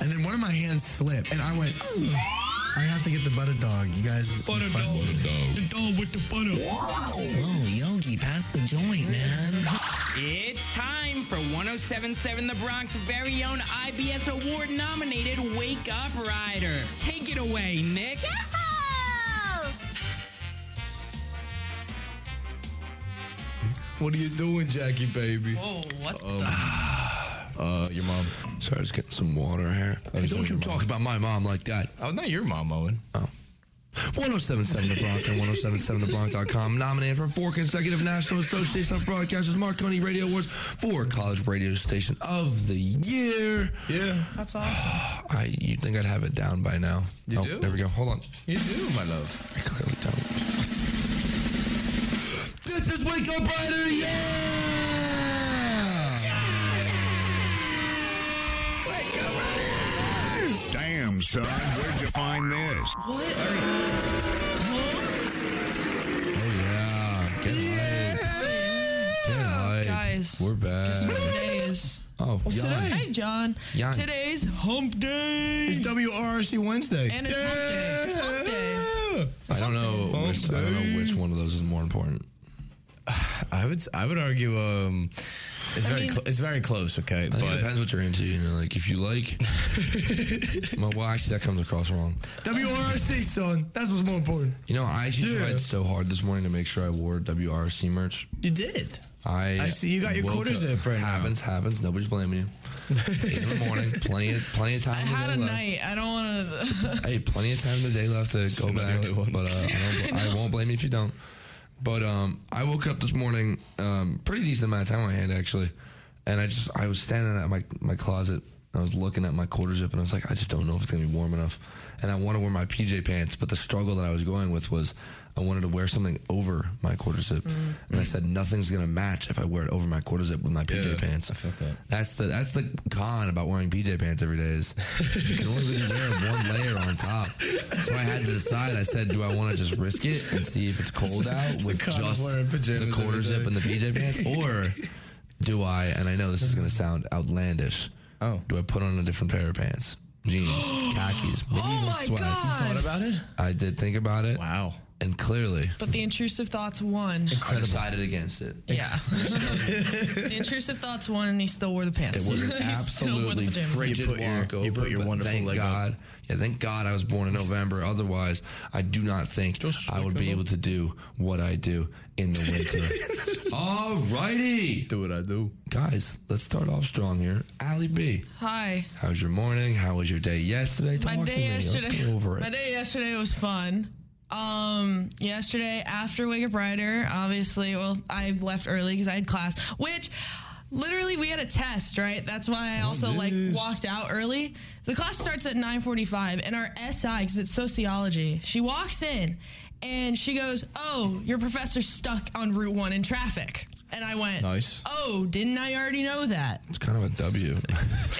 hand slip, and I went. "Ugh." I have to get the butter dog. You guys Butter dog. requested it. The dog with the butter. Whoa, Yogi, pass the joint, man. It's time for 1077 The Bronx very own IBS award nominated Wake Up Rider. Take it away, Nick. What are you doing, Jackie, baby? Oh, what Uh, your mom. Sorry, I was getting some water here. Hey, don't you talk about my mom like that. Oh, not your mom, Owen. 1077 The Bronx and 1077TheBronx.com. Nominated for four consecutive National Association of Broadcasters Marconi Radio Awards for College Radio Station of the Year. Yeah, That's awesome. I, you'd think I'd have it down by now. You oh, do? There we go. Hold on. you do, my love. I clearly don't. This is Wake Up Rider. Yeah! Damn, son, where'd you find this? What are you? Oh, yeah. Get yeah. Get hyped. Guys. We're back. Today is. Oh, Jan. Hey, John. Jan. Today's hump day. It's WRC Wednesday. And it's hump day. It's hump day. I don't know. Hump Which, I don't day. know which one of those is more important. I would, I would argue, um, it's very, mean- cl- it's very close. Okay, I think it but depends what you're into. You know, like if you like, well, well, actually, that comes across wrong. WRC, son. That's what's more important. You know, I actually Yeah. tried so hard this morning to make sure I wore WRC merch. You did. I I see you got your woke quarters up- up right now. Happens, happens. Nobody's blaming you. It's Eight in the morning, plenty of plenty of time. I in the had a day left. night. I don't want to. Hey, plenty of time in the day left to go not the back, only one. but uh, I, don't, I won't blame you if you don't. But um, I woke up this morning, um, pretty decent amount of time on my hand actually, and I just I was standing at my my closet. I was looking at my quarter zip, and I was like, I just don't know if it's gonna be warm enough. And I want to wear my PJ pants, but the struggle that I was going with was I wanted to wear something over my quarter zip, Mm-hmm. and I said nothing's gonna match if I wear it over my quarter zip with my PJ Yeah, pants. I felt that. That's the that's the con about wearing PJ pants every day is you can only really wear one layer on top. So I had to decide. I said, do I want to just risk it and see if it's cold out with con of just wearing pajamas the quarter every zip day. and the PJ pants, or do I? And I know this is going to sound outlandish. Oh. do I put on a different pair of pants, jeans, khakis, medieval my sweats? God. Thought about it. I did think about it, Oh Wow. and clearly But the intrusive thoughts won. I decided against it. Yeah. the intrusive thoughts won, and he still wore the pants. It was an He still wore the absolutely pajamas. frigid You put your- walk over. you put your but wonderful thank leg up. God. Yeah, thank God I was born in November. Otherwise, I do not think I would be able to do what I do in the winter. Alrighty, Do what I do. Guys, let's start off strong here. Allie B, Hi. how's your morning? How was your day yesterday? Talk my to me. day Let's yesterday. go over My it. day yesterday was fun. Um, yesterday after Wake Up Rider, obviously, well, I left early because I had class, which literally we had a test, right? That's why Oh, I also like walked out early. The class starts at 9:45, and our SI, because it's sociology, she walks in and she goes, "Oh, your professor's stuck on Route One in traffic." And I went, Nice. Oh, didn't I already know that? It's kind of a W.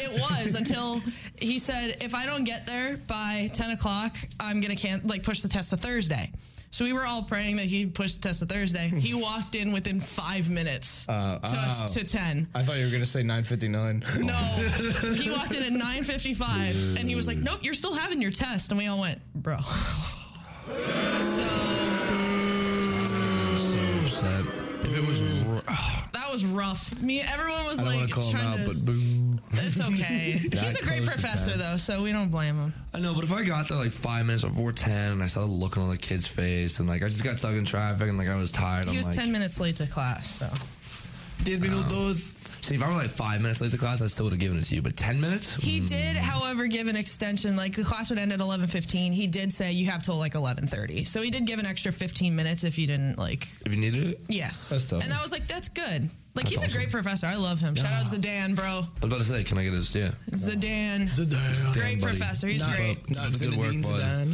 It was until he said, if I don't get there by 10 o'clock, I'm going to can- like push the test to Thursday. So we were all praying that he'd push the test to Thursday. He walked in within five minutes to, oh. to 10. I thought you were gonna say 9:59. No, he walked in at 9.55 and he was like, nope, you're still having your test. And we all went, bro. so so upset. If it was, r- that was rough. Me, everyone was I don't like, want to call him trying to, out, but boo. it's okay. He's a great close to professor 10. though, so we don't blame him. I know, but if I got there like five minutes before ten, and I saw the look on the kid's face, and like I just got stuck in traffic, and like I was tired. He I'm was like, 10 minutes late to class, so. 10 minutos. See, if I were like five minutes late to class, I still would have given it to you. But 10 minutes? He did, however, give an extension. Like the class would end at eleven fifteen. He did say you have till like eleven thirty. So he did give an extra fifteen minutes if you didn't like. If you needed it? Yes, That's tough. and I was like, that's good. Like he's That's a great professor. I love him. Shout out Zidane, bro. I was about to say, can I get his? Yeah. Zidane, great buddy. professor. He's Not- great. Not Good good work, work, bud. Dan.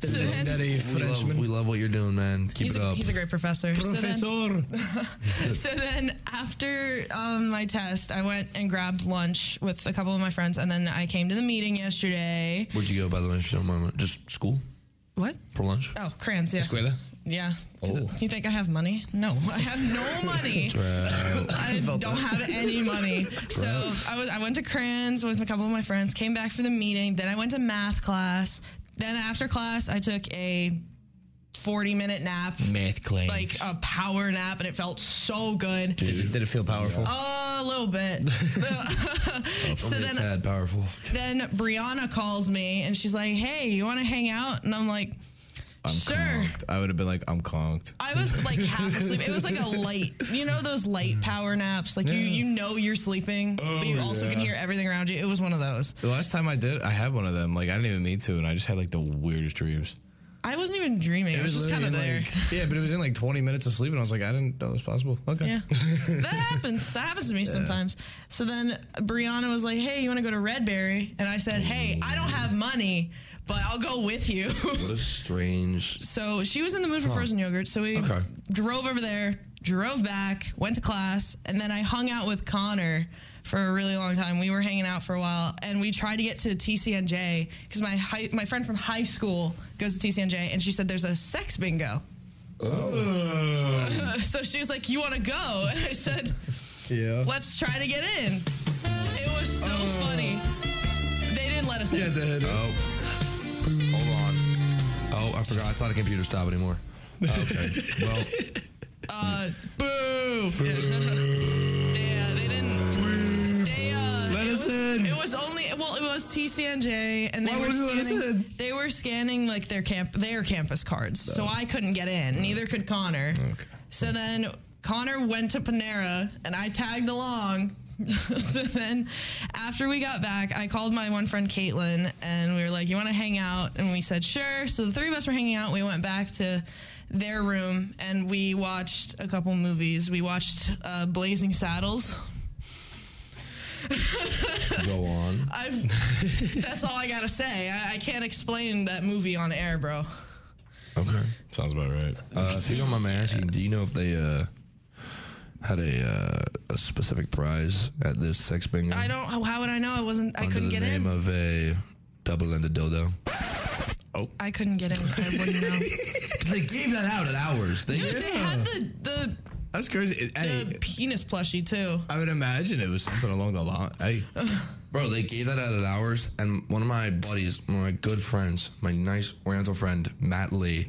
Zidane's- Legendary We love, we Frenchman. love what you're doing, man. Keep He's it a, up. he's a great professor. So then- Professor. so then after um, my test, I went and grabbed lunch with a couple of my friends, and then I came to the meeting yesterday. Where'd you go, by the way, if you don't mind? Just school What? for lunch? Oh, crayons. Yeah. Escuela? Yeah. 'Cause You think I have money? No, I have no money. I don't have any money. So I, was, I went to Crayons with a couple of my friends, came back for the meeting. Then I went to math class. Then after class, I took a 40 minute nap, Math claims. like a power nap, and it felt so good. did, it- did it feel powerful? A little bit. so Only a then, tad powerful. then Brianna calls me and she's like, "Hey, you want to hang out?" And I'm like, "Sure." I would have been like, I'm conked. I was like half asleep. It was like a light, you know, those light power naps. Like you, you know, you're sleeping, but you also can hear everything around you. It was one of those. The last time I did, I had one of them. Like I didn't even need to, and I just had like the weirdest dreams. I wasn't even dreaming. It was, just kind of there. literally in, like- yeah, but it was in like 20 minutes of sleep, and I was like, I didn't know it was possible. Okay. Yeah. that happens. That happens to me sometimes. So then Brianna was like, "Hey, you want to go to Redberry?" And I said, "Hey, I don't have money, but I'll go with you." What a strange. So she was in the mood for frozen yogurt. So we Okay. drove over there, drove back, went to class, and then I hung out with Connor for a really long time. We were hanging out for a while, and we tried to get to TCNJ because my high, my friend from high school goes to TCNJ, and she said there's a sex bingo. so she was like, "You want to go?" And I said, Yeah. "Let's try to get in." It was so funny. They didn't let us in. Oh. Hold on. Oh, I forgot. It's not a computer stop anymore. Okay. well, Boo! Yeah. yeah, they didn't. They, uh, Let it us was, in. It was only well, it was TCNJ, and they Why were wouldn't you let us scanning. in? They were scanning like their camp, their campus cards, so I couldn't get in. Neither could Connor. So then Connor went to Panera, and I tagged along. so then, after we got back, I called my one friend Caitlin, and we were like, "You want to hang out?" And we said, "Sure." So the three of us were hanging out. We went back to their room, and we watched a couple movies. We watched uh, Blazing Saddles. go on. I've, that's all I gotta say. I, I can't explain that movie on air, bro. Okay. Sounds about right. Uh, if you don't mind my asking, do you know if they uh, had a uh, a specific prize at this sex bingo? I don't. oh, How how would I know? I wasn't. I Under couldn't the get name in. of a double-ended dildo. I couldn't get in. I wouldn't know. They gave that out at hours. They Dude, they had the the, That's crazy. It- Hey, the penis plushie too. I would imagine it was something along the line. Hey, Bro, they gave that out at hours, and one of my buddies, one of my good friends, my nice Oriental friend, Matt Lee,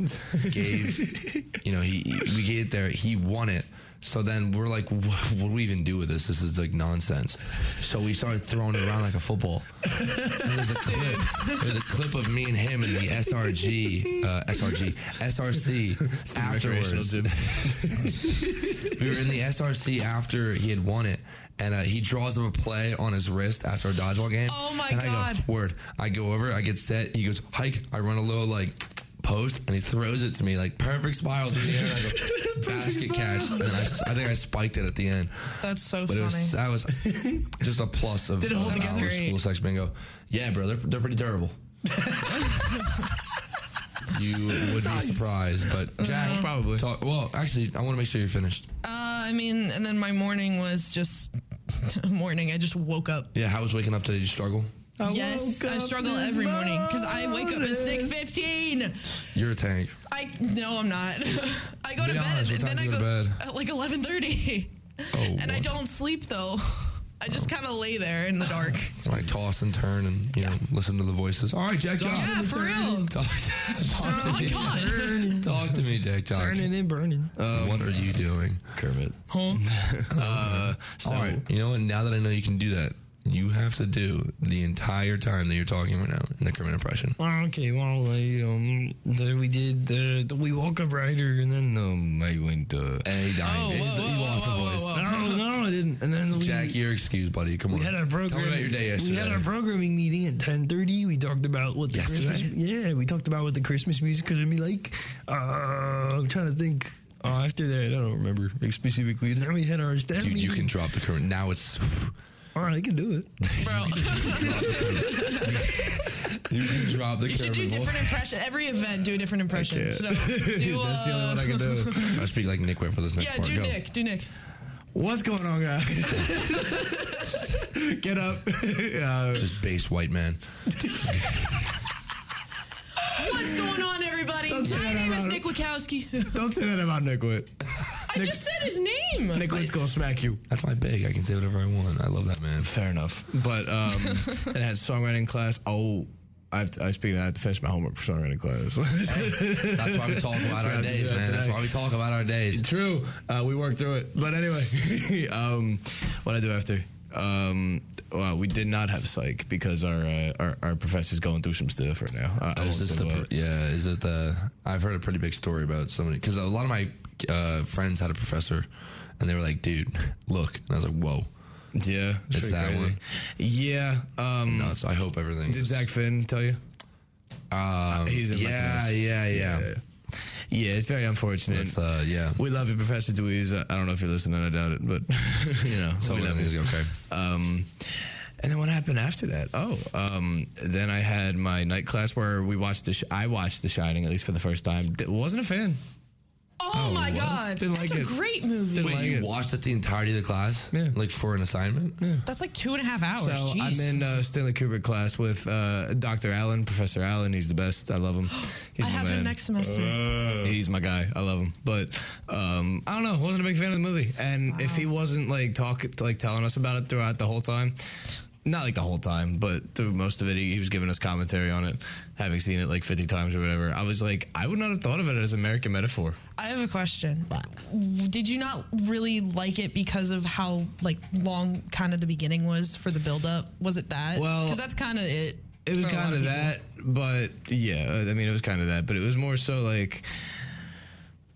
gave, you know, he we gave it there. He won it. So then we're like, what, what do we even do with this? This is like nonsense. So we started throwing it around like a football. And there's a clip, there's a clip of me and him in the SRG, uh, SRG, SRC recreational afterwards. gym. We were in the SRC after he had won it, and uh, he draws up a play on his wrist after a dodgeball game. Oh my and I go, God. Word. I go over, I get set. He goes hike. I run a little like post, and he throws it to me like perfect spiral through the air, like a basket catch. And then I, s- I think I spiked it at the end. That's so But funny. it was that was just a plus of it hold of together? our Great. School sex bingo. Yeah, bro, they're they're pretty terrible. you would be surprised, Uh-huh. but Jack Probably. Talk, well, actually, I want to make sure you're finished. Uh, I mean, and then my morning was just morning. I just woke up. Yeah, how was waking up today? Did you struggle? yes, I struggle every morning because I wake up at six fifteen. You're a tank. I no, I'm not. I go to Be bed honest, and what time then I do go you go to bed? at like eleven thirty, Oh, and I what? don't sleep though. I just kind of lay there in the dark. So I toss and turn and you know listen to the voices. All right, Jack. Talk. yeah, for real. Talk, talk to Oh me. God. Talk to me, Jack. Talk. and burning. what are you doing? Kermit. Uh, All right. You know what? Now that I know you can do that, you have to do the entire time that you're talking right now in the Kermit impression. Okay, well, like, um, there we did, the, the, we woke up rider, and then, um, I went, uh, And he died. Oh, He- whoa, he whoa, lost whoa, the whoa, voice. whoa. no, no, I didn't, and then we, Jack, you're excused, buddy. Come on. we had our program. Tell me about your day yesterday. We had our programming meeting at 10.30. We talked about what the Yesterday? Christmas, yeah, we talked about what the Christmas music was going to be like. Uh, I'm trying to think. Uh, after that, I don't remember specifically. And then we had our staff Dude, you meeting. can drop the Kermit. Now it's All right, I can do it. Bro, you can drop the you should do different impression. Every event, do a different impression. So do uh, I can do. I speak like Nick Whip for this next yeah, part. do Go. Nick, do Nick. What's going on, guys? Get up. Uh, Just base white man. What's going on, everybody? say My that name out is loud. Nick Wachowski. Don't say that about Nickwit. I just said his name. Nickwit's gonna smack you. That's my big. I can say whatever I want. I love that man. Fair enough. But um, and I had songwriting class. Oh, I, have to, I speak. I have to finish my homework for songwriting class. That's why we talk about our days, man. That's why we talk about our days. True. Uh, we worked through it. But anyway, um, what I do after? Um, well, we did not have psych because our uh, our, our professor's going through some stuff right now. I, I won't Is this say the, what. pr- yeah, is it the? I've heard a pretty big story about somebody because a lot of my uh, friends had a professor, and they were like, "Dude, look," and I was like, "Whoa." yeah, It's pretty that one. Yeah. Um, No, Mm. it's, I hope everything. Did Zach Finn tell you? Um, He's in my yeah, class. yeah, yeah, Yeah. Yeah, it's very unfortunate. It's uh, yeah. we love you, Professor Dewey's. I don't know if you're listening. I doubt it, but you know, So we love you. everything's okay. Um, and then what happened after that? Oh, um, then I had my night class where we watched the. Sh- I watched The Shining at least for the first time. D- wasn't a fan. Oh, my god, Didn't that's like a it. great movie. Didn't Wait, like you it. watched it the entirety of the class, Yeah. like for an assignment. That's like two and a half hours. So Jeez. I'm in uh, Stanley Kubrick class with uh, Dr. Allen, Professor Allen. He's the best. I love him. He's I my have it man. next semester. Mm. He's my guy. I love him. But um, I don't know. Wasn't a big fan of the movie. And if he wasn't like talking, like telling us about it throughout the whole time, not like the whole time, but through most of it, he, he was giving us commentary on it, having seen it like 50 times or whatever. I was like, I would not have thought of it as American metaphor. I have a question. Did you not really like it because of how like long kind of the beginning was for the build up? Was it that? Well, because that's kind of it. It was for a lot kind of people. that, but yeah, uh, I mean, it was kind of that, but it was more so like,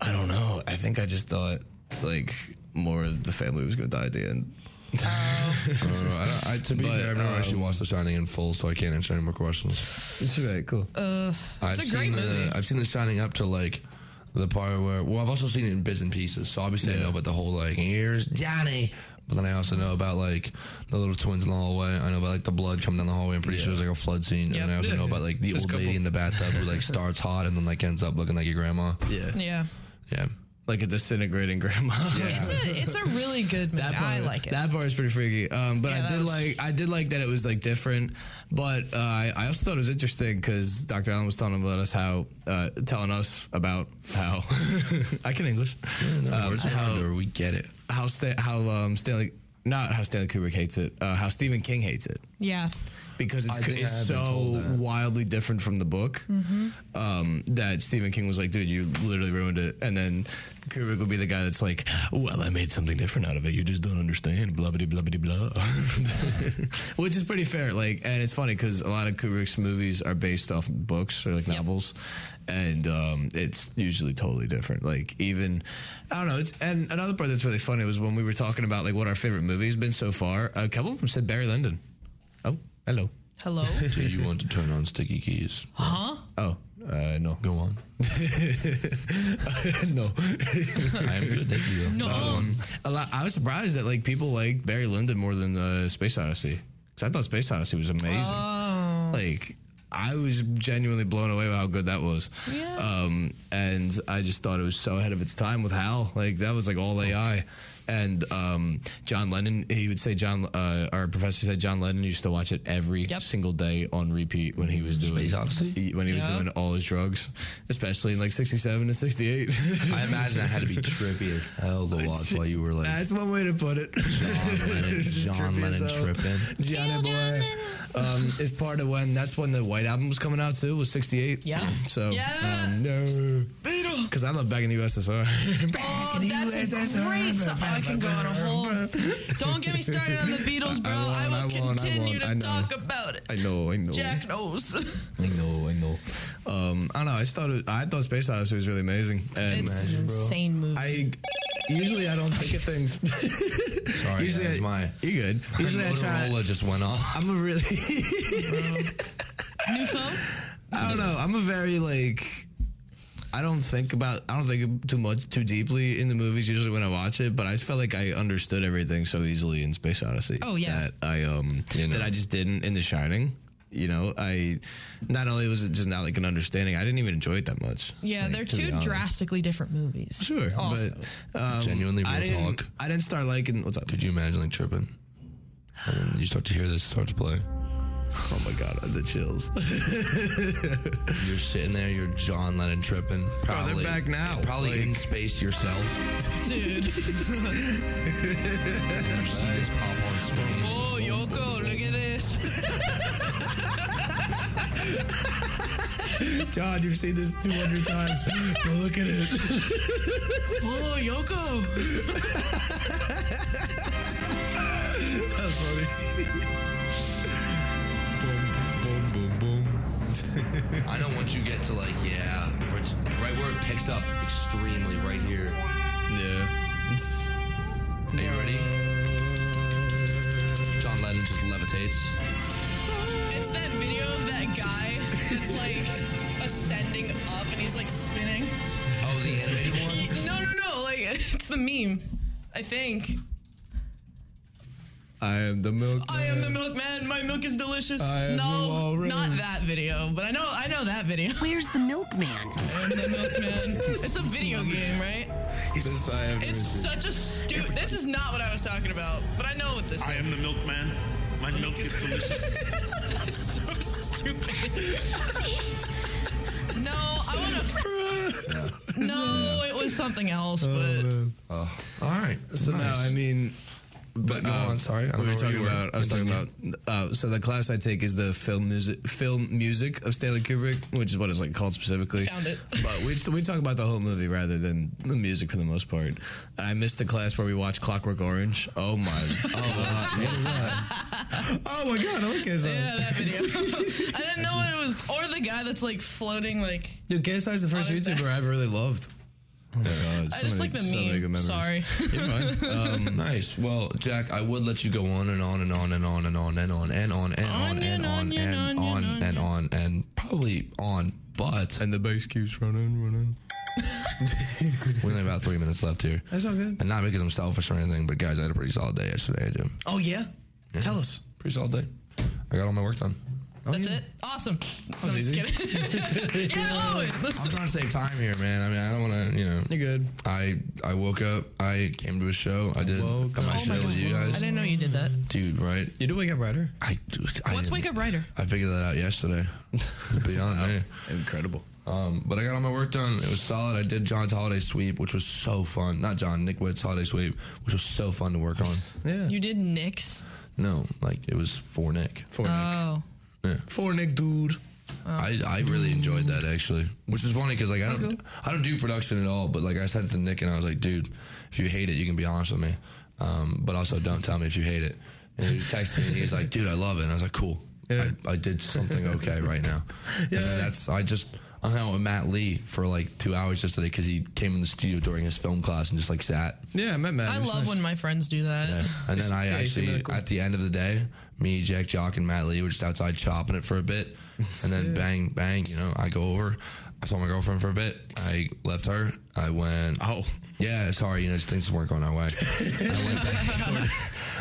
I don't know. I think I just thought like more of the family was going to die at the end. I don't know. I don't, I, to be But, fair, I've never um, actually watched The Shining in full, so I can't answer any more questions. It's right, cool. It's a great movie. I've seen The Shining up to like the part where. Well, I've also seen it in bits and pieces. So obviously, I know about the whole like here's Johnny, but then I also know about like the little twins in the hallway. I know about like the blood coming down the hallway. I'm pretty sure it was like a flood scene. And I also know about like the old lady in the bathtub who like starts hot and then like ends up looking like your grandma. yeah. Yeah. Yeah. Like a disintegrating grandma. It's a it's a really good movie. That part, I like it. That part is pretty freaky. Um, but Yeah, I that did was- like I did like that it was like different. But uh, I I also thought it was interesting because Dr. Allen was telling about us how uh, telling us about how I can English Um, No, words around her, we get it. how Sta- how um, Stanley not how Stanley Kubrick hates it uh, how Stephen King hates it yeah. because it's, I think I it's have been told so that. wildly different from the book um, that Stephen King was like, dude, you literally ruined it. And then Kubrick would be the guy that's like, well, I made something different out of it. You just don't understand. Blah, blah, blah, blah, blah. Which is pretty fair. Like, and it's funny because a lot of Kubrick's movies are based off books or like novels. And um, it's usually totally different. Like, even, I don't know. It's, and another part that's really funny was when we were talking about like what our favorite movie has been so far, a couple of them said Barry Lyndon. Oh, hello. Hello. Do you want to turn on sticky keys? huh? Oh, uh, no. Go on. no. I am good. Thank you. No. A lot, I was surprised that like people like Barry Lyndon more than uh, Space Odyssey because I thought Space Odyssey was amazing. Oh. Like I was genuinely blown away by how good that was. Yeah. Um, and I just thought it was so ahead of its time with Hal. Like that was like all Oh. AI. And um, John Lennon, he would say John. Uh, our professor said John Lennon used to watch it every Yep. single day on repeat when he was doing Space Odyssey? when he was Yeah. doing all his drugs, especially in like '67 and '68. I imagine that had to be trippy as hell to watch while you were like That's one way to put it. John Lennon, It's just John trippy as Lennon hell. tripping. Johnny Boy um, is part of when that's when the White Album was coming out too was '68. Yeah. So Yeah. um, no, because I love back in the USSR. Oh, that's a great song. I can go on a whole. Don't get me started on the Beatles, bro. won't, I, I will won't, I continue won't. I to know. talk about it. I know, I know, Jack knows. I know, I know. Um, I don't know. I just thought it, I thought Space Odyssey was really amazing, and it's an insane movie. I usually I don't think of things. Sorry, usually guys, I, my you're good. Usually I try. Motorola just went off. I'm a really. New phone? I don't know. I'm a very like. I don't think about. I don't think too much, too deeply in the movies usually when I watch it. But I felt like I understood everything so easily in Space Odyssey. Oh, yeah. That I um that I just didn't in The Shining. You know, I not only was it just not like an understanding, I didn't even enjoy it that much. Yeah, Like, they're to be two honest. drastically different movies. Sure, Also. but um, Genuinely I real didn't, talk. I didn't start liking. What's up? Could you imagine like tripping? And then you start to hear this start to play. Oh my god, the chills. You're sitting there, you're John Lennon tripping. Probably, back now. Probably Like- in space yourself. Dude. You see this pop on screen. Oh, Yoko, look at this. John, you've seen this 200 times. But look at it. Oh, Yoko. That's funny. I know once you get to like, yeah, where it's- right where it picks up extremely right here. Yeah. It's, Are you ready? John Lennon just levitates. It's that video of that guy that's like ascending up and he's like spinning. Oh, the animated one? No, no, no. Like, it's the meme, I think. I am the milk. I am the milkman. My milk is delicious. I am the no, walrus. not that video, but I know I know that video. Where's the milkman? I'm the milkman. It's a video game, right? This I have It's such a stupid. This is not what I was talking about, but I know what this I is. am the milkman. My milk is delicious. It's so stupid. no, I want to. No, it was something else, but All right. So now, I mean, but Go uh, on, sorry, I don't we know were where talking you were. about. I was talking about. Uh, so the class I take is the film music, film music of Stanley Kubrick, which is what it's like called specifically. found it. But we we talk about the whole movie rather than the music for the most part. I missed the class where we watched Clockwork Orange. Oh my! oh, my- what is that? Oh my god! Okay, so yeah, that video. I didn't know what it was, or the guy that's like floating, like dude, KSI is the first Oh, there's YouTuber that. I ever really loved. Oh my god! I just like the meme. Sorry. Um, Nice. Well, Jack, I would let you go on and on and on and on and on and on and on and on and Onion, on onion, and on onion, and on and probably on, but And the bass keeps running, running. we only have about three minutes left here. That's all good. And not because I'm selfish or anything, but guys, I had a pretty solid day yesterday. I did. Oh yeah? tell us. Pretty solid day. I got all my work done. That's it. Awesome. No, I'm just easy. kidding. yeah, oh, Owen. I'm trying to save time here, man. I mean, I don't want to, you know. You're good. I I woke up. I came to a show. I did Woke come out up. oh show with you I guys, didn't know you did that. dude. Right? You do wake up brighter. I, I What's wake up brighter? I figured that out yesterday. Beyond me. Incredible. Um, but I got all my work done. It was solid. I did John's holiday sweep, which was so fun. Not John, Nick Witt's holiday sweep, which was so fun to work on. Yeah. You did Nick's. No, like it was for Nick. Four Oh, Four Nick dude. Uh, I, I really enjoyed that actually, which is funny because like I don't I don't do production at all. But like I said to Nick and I was like, dude, if you hate it, you can be honest with me, um, but also don't tell me if you hate it. And he texted me and he's like, dude, I love it. And I was like, cool. I, I did something okay right now. Yeah. that's I just I hung out with Matt Lee for like two hours yesterday because he came in the studio during his film class and just like sat. Yeah, I met Matt. I love when my friends do that. And then I Yeah, he's actually, really cool. at the end of the day, me, Jack Jock, and Matt Lee were just outside chopping it for a bit. And then bang, bang, you know, I go over. I saw my girlfriend for a bit. I left her. I went. Oh. Yeah, sorry, you know, just things weren't going our way. I, went back over to,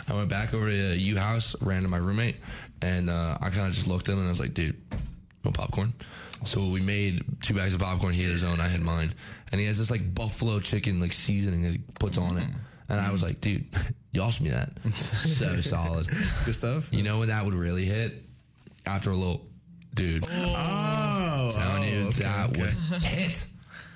I went back over to U House, ran to my roommate, and uh, I kind of just looked at him and I was like, dude, no popcorn. So we made two bags of popcorn. He had his own, I had mine. And he has this like buffalo chicken like seasoning that he puts on Mm. it. And I was like, dude, you asked me that. So solid. Good stuff. You know when that would really hit? After a little, dude Oh. telling you oh, okay, that okay. would hit.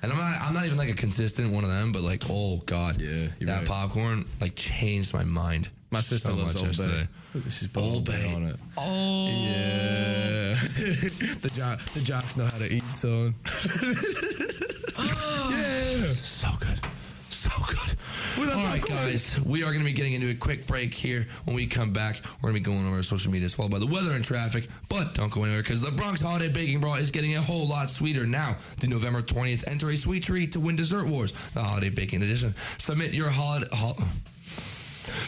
And I'm not, I'm not even like a consistent one of them, but like, oh god, Yeah, you're that right. popcorn like changed my mind. My sister so loves much Old yesterday. Bay. She's put Old Old Bay Bay. on it. Oh. Yeah. the jock the jocks know how to eat, so So good, so good. All right, guys, we are going to be getting into a quick break here. When we come back, we're going to be going over our social medias, followed by the weather and traffic. But don't go anywhere because the Bronx Holiday Baking Brawl is getting a whole lot sweeter now. through November 20th, enter a sweet treat to win Dessert Wars, the Holiday Baking Edition. Submit your holiday.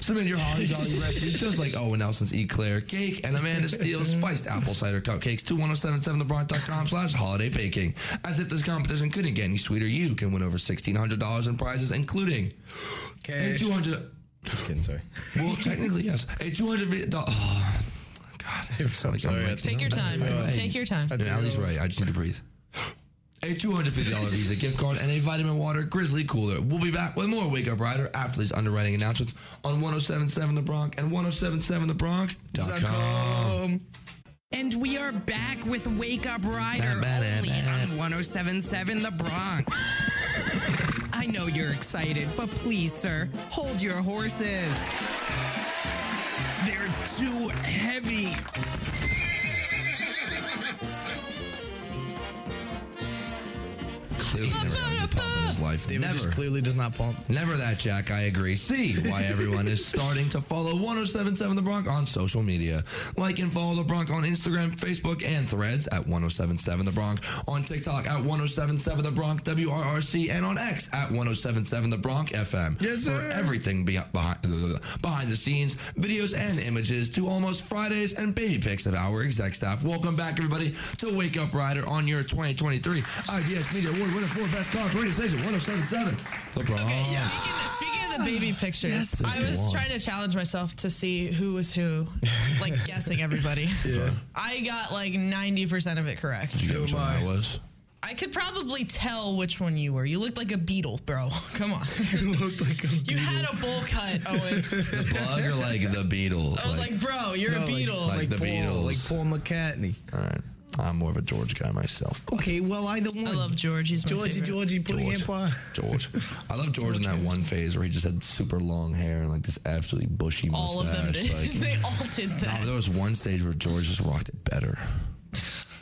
Submit your holiday jolly recipe just like Owen Nelson's eclair cake and Amanda Steele's spiced apple cider cupcakes oh to 1077thebronx.com slash holiday baking. As if this competition couldn't get any sweeter, you can win over $1,600 in prizes, including a cash. 200 Just kidding, sorry. Well, technically, yes. A $200. Oh, God. I'm sorry, I- Take your time. Take your time. and Allie's right. I just need to breathe. A $250 Visa gift card and a vitamin water Grizzly cooler. We'll be back with more Wake Up Rider after these underwriting announcements oh Um, on 1077 The Bronx and 1077 The Bronx.com. and we are back with Wake Up Rider only on 1077 The Bronx. I know you're excited, but please, sir, hold your horses. They're too heavy. Clearly never had a pump in his life. David never. just clearly does not pump. Never that, Jack. I agree. See why everyone is starting to follow 1077 The Bronx on social media. Like and follow The Bronx on Instagram, Facebook, and threads at 1077 The Bronx, on TikTok at 1077 The Bronx, WRRC, and on X at 1077 The Bronx FM. Yes, sir. For everything be- behind, behind the scenes, videos, and images to almost Fridays and baby pics of our exec staff. Welcome back, everybody, to Wake Up Rider on your 2023 IBS Media Award winner for Best Talk Radio Station 1077 The Bronx. Speaking of- Speaking of the baby Ah, pictures, I was trying to challenge myself to see who was who, like guessing everybody. I got like 90% of it correct. You know which one that was? I could probably tell which one you were. You looked like a beetle, bro. Come on. You looked like a You had a bowl cut, Owen. The bug or like the beetle? I was like, bro, you're a beetle. like- the Paul, Beatles. like Paul McCartney. all right. I'm more of a George guy myself. Okay, well I don't I want love George. He's my Georgie, favorite. Georgie, Pudding George. Empire. George. I love George in that one phase where he just had super long hair and like this absolutely bushy mustache. All of them did. Like, they all did that. no, there was one stage where George just rocked it better.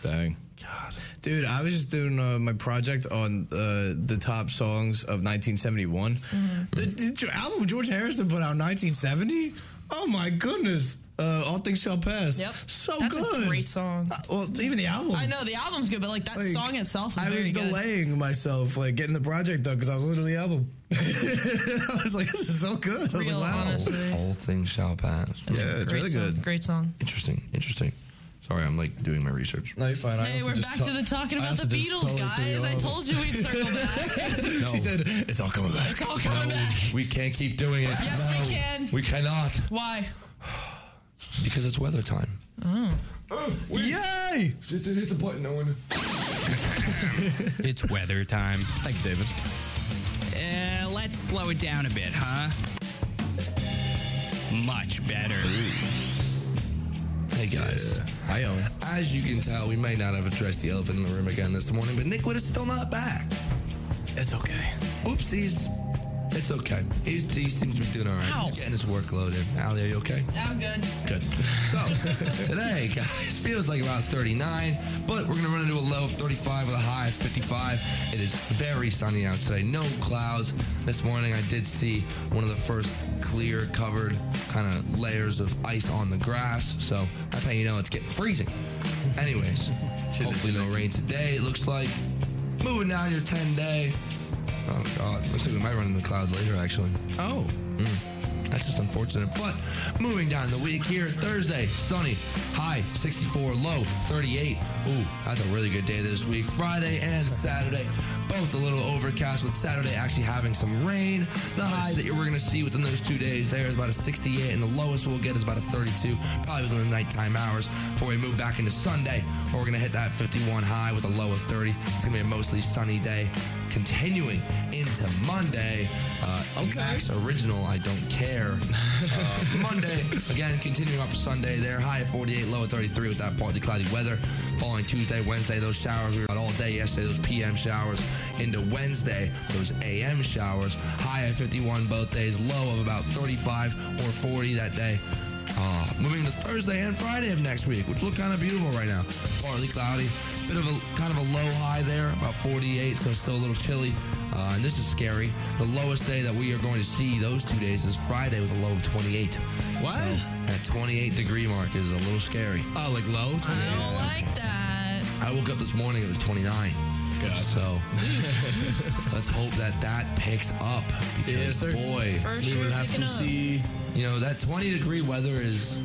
Dang. God. Dude, I was just doing uh, my project on uh, the top songs of 1971. Mm-hmm. The, the album George Harrison put out in 1970? Oh my goodness. Uh, All Things Shall Pass. Yep. So That's good. a great song. Uh, well, even the album. I know the album's good, but like that Like, song itself is I was very good. delaying myself, like getting the project done because I was literally the album. I was like, this is so good. I was Real like, wow. honest. All, Honestly. all things shall pass. Yeah, Great it's really song. good. Great song. Interesting. Interesting. Sorry, I'm like doing my research. No, you're fine. I Hey, also we're just back to- to the talking I about the also just Beatles, totally threw you guys. I off. told you we'd circle back. She said, it's all coming back. It's all coming back. We can't keep doing it. Yes, we can. We cannot Why? because it's weather time. Yay! Hit the, hit the button, Owen. It's weather time. Thank you, David. Uh, let's slow it down a bit, huh? Much better. Hey guys. I own. As you can tell, we may not have addressed the elephant in the room again this morning, but Nickwood is still not back. It's okay. Oopsies. It's okay. He's, he seems to be doing all right. Ow. He's getting his workload in. Ali, are you okay? I'm good. Good. So, today, guys, feels like about 39, but we're going to run into a low of 35 with a high of 55. It is very sunny out today. No clouds. This morning, I did see one of the first clear covered kind of layers of ice on the grass. So, that's how you know it's getting freezing. Anyways, hopefully, no rain today, it looks like. Moving down your 10 day. Oh, God. Looks like we might run into clouds later, actually. Oh. That's just unfortunate. But moving down the week here, Thursday, sunny, high 64, low 38. Ooh, that's a really good day this week. Friday and Saturday, both a little overcast, with Saturday actually having some rain. The high that we're going to see within those two days there is about a 68, and the lowest we'll get is about a 32, probably within the nighttime hours before we move back into Sunday. We're going to hit that 51 high with a low of 30. It's going to be a mostly sunny day. Continuing into Monday, uh, okay original I don't care. Uh, Monday, again, continuing off of Sunday there. High at 48, low at 33 with that partly cloudy weather. Following Tuesday, Wednesday, those showers we got all day yesterday, those PM showers. Into Wednesday, those AM showers. High at 51 both days, low of about 35 or 40 that day. Uh, moving to Thursday and Friday of next week, which look kind of beautiful right now. Partly cloudy, bit of a kind of a low high there, about 48, so still a little chilly. Uh, and this is scary. The lowest day that we are going to see those two days is Friday with a low of 28. What? that 28 degree mark is a little scary. Oh, like low? I don't like that. I woke up this morning, it was 29. So let's hope that that picks up. Because, sir. boy, For sure, picking up. you know, that 20 degree weather is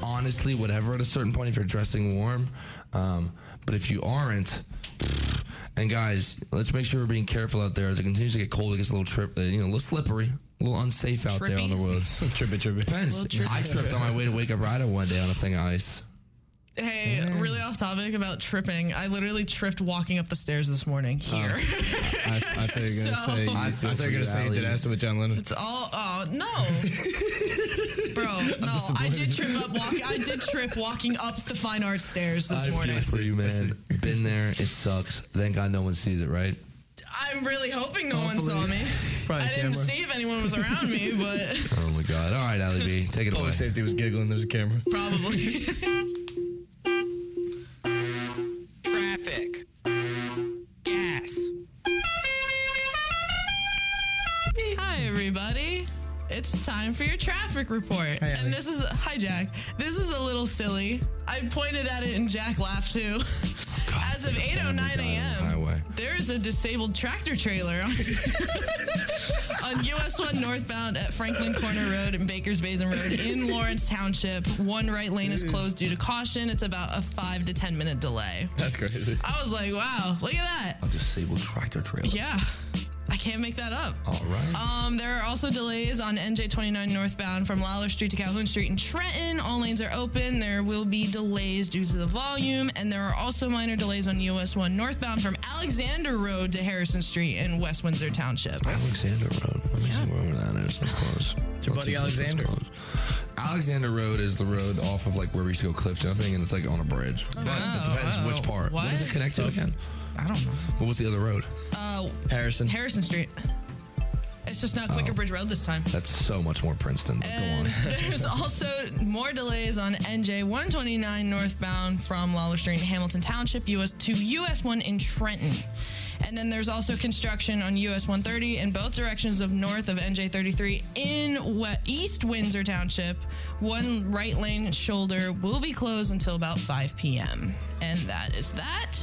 honestly whatever at a certain point if you're dressing warm. Um, but if you aren't, and guys, let's make sure we're being careful out there as it continues to get cold. It gets a little trip, uh, you know, a little slippery, a little unsafe out there on the roads. Trippy, trippy. Depends. I tripped on my way to Wake Up Rider one day on a thing of ice. Hey, really off topic about tripping. I literally tripped walking up the stairs this morning Oh. here. I, I thought you were going to So- say, I I, thought you were going to say you did acid with John Lennon. it's all, oh, no. Bro, no, I did trip up walking. I did trip walking up the fine arts stairs this I morning. feel for you, man. Been there. It sucks. Thank God no one sees it, right? I'm really hoping no one saw me. Probably I didn't camera. see if anyone was around me, but Oh my God. All right, Allie B, take it away. Public safety was giggling. There's a camera. probably. Traffic. Gas. Hi, everybody. It's time for your traffic report. and this is, hi, Jack. This is a little silly. I pointed at it and Jack laughed too. As of 8.09 highway. a.m., there is a disabled tractor trailer on, on US 1 northbound at Franklin Corner Road and Bakers Basin Road in Lawrence Township. One right lane is closed due to caution. It's about a five to 10 minute delay. That's crazy. I was like, wow, look at that. A disabled tractor trailer. Yeah, I can't make that up. All right. Um, there are also delays on NJ29 northbound from Lawler Street to Calhoun Street in Trenton. All lanes are open. There will be delays due to the volume, and there are also minor delays on US 1 northbound from Alexander Road to Harrison Street in West Windsor Township. Alexander Road. Let me see where that is. That's close. It's your buddy Alexander. Alexander Road is the road off of like where we used to go cliff jumping, and it's like on a bridge. But it depends which part. What is it connect to again? I don't know. Well, what's the other road? Uh, Harrison. Harrison Street. It's just not Quaker Bridge Road this time. That's so much more Princeton. But And go on. there's also more delays on NJ 129 northbound from Lawler Street in Hamilton Township, US to US 1 in Trenton. And then there's also construction on US 130 in both directions of north of NJ 33 in we- East Windsor Township. One right lane shoulder will be closed until about 5 p.m. And that is that.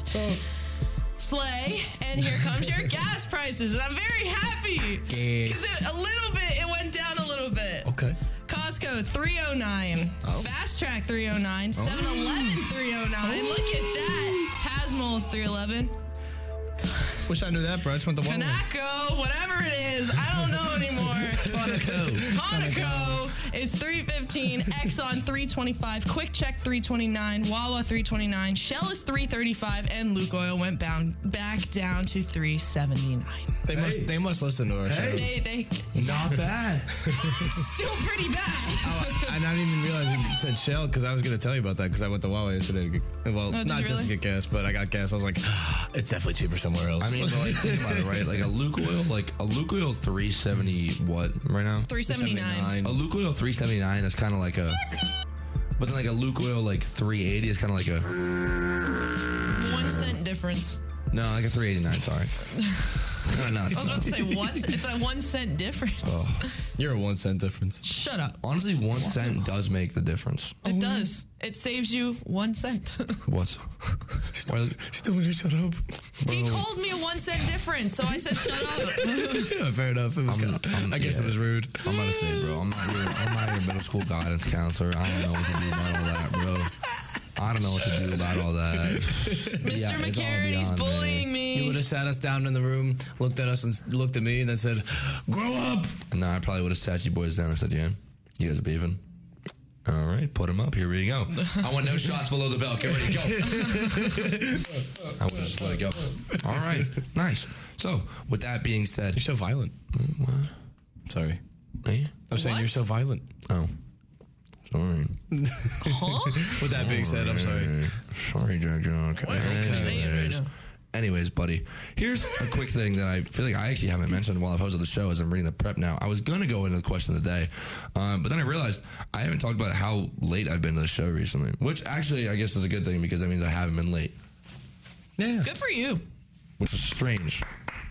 Slay, and here comes your gas prices, and I'm very happy because a little bit it went down a little bit. Okay. Costco 309, Fast Track 309, 7 Eleven 309. Look at that. Hasmos 311, Wish I knew that, bro. I just went the one. way. Kanako, whatever it is. I don't know anymore. Conoco is 315, Exxon 325, Quick Check 329, Wawa 329, Shell is 335, and Luke Oil went bound back down to 379. They must. They must listen to our show. They, they Not bad. still pretty bad. And I didn't even realize it said Shell because I was gonna tell you about that because I went to Wawa yesterday. To get, well, Oh, did not you just to really? get gas, but I got gas. I was like, "Ah, it's definitely cheaper somewhere else. I mean, but like, think about it, right? Like a Luke Oil, like a Luke Oil 370 what right now? 379. Oh, A Luke Oil 379 is kind of like a, but then like a Luke Oil like 380 is kind of like a. One cent difference. No, like a 389. Sorry. no, no, it's I was not. about to say what? It's a one cent difference. Oh. you're a one cent difference. Shut up. Honestly, one cent does make the difference. It does. It saves you one cent. What? She told me to shut up. he called me a one cent difference, so I said shut up. yeah, fair enough. It was. I'm- kinda- I'm- I guess yeah. it was rude. I'm about to say, bro. I'm not your, I'm not your middle school guidance counselor. I don't know what to do about all that, bro. I don't know what to do about all that. Mr. Yeah, it's all McCarrody's beyond me. bullying You me. would have sat us down in the room, looked at us, and s- looked at me, and then said, "Grow up." No, I probably would have sat you boys down and said, yeah, you guys are beefing. All right, put him up. Here we go. I want no shots below the belt. Get ready, go. I would have just let it go. All right, nice. So, with that being said, You're so violent. Sorry. eh? I'm saying you're so violent. oh, sorry. With that being said, I'm sorry. Sorry, Jack Jock. Anyways, anyways, buddy, here's a quick thing that I feel like I actually haven't mentioned while I was at the show as I'm reading the prep now. I was going to go into the question of the day, um, but then I realized I haven't talked about how late I've been to the show recently, which actually I guess is a good thing because that means I haven't been late, Yeah. Good for you. which is strange.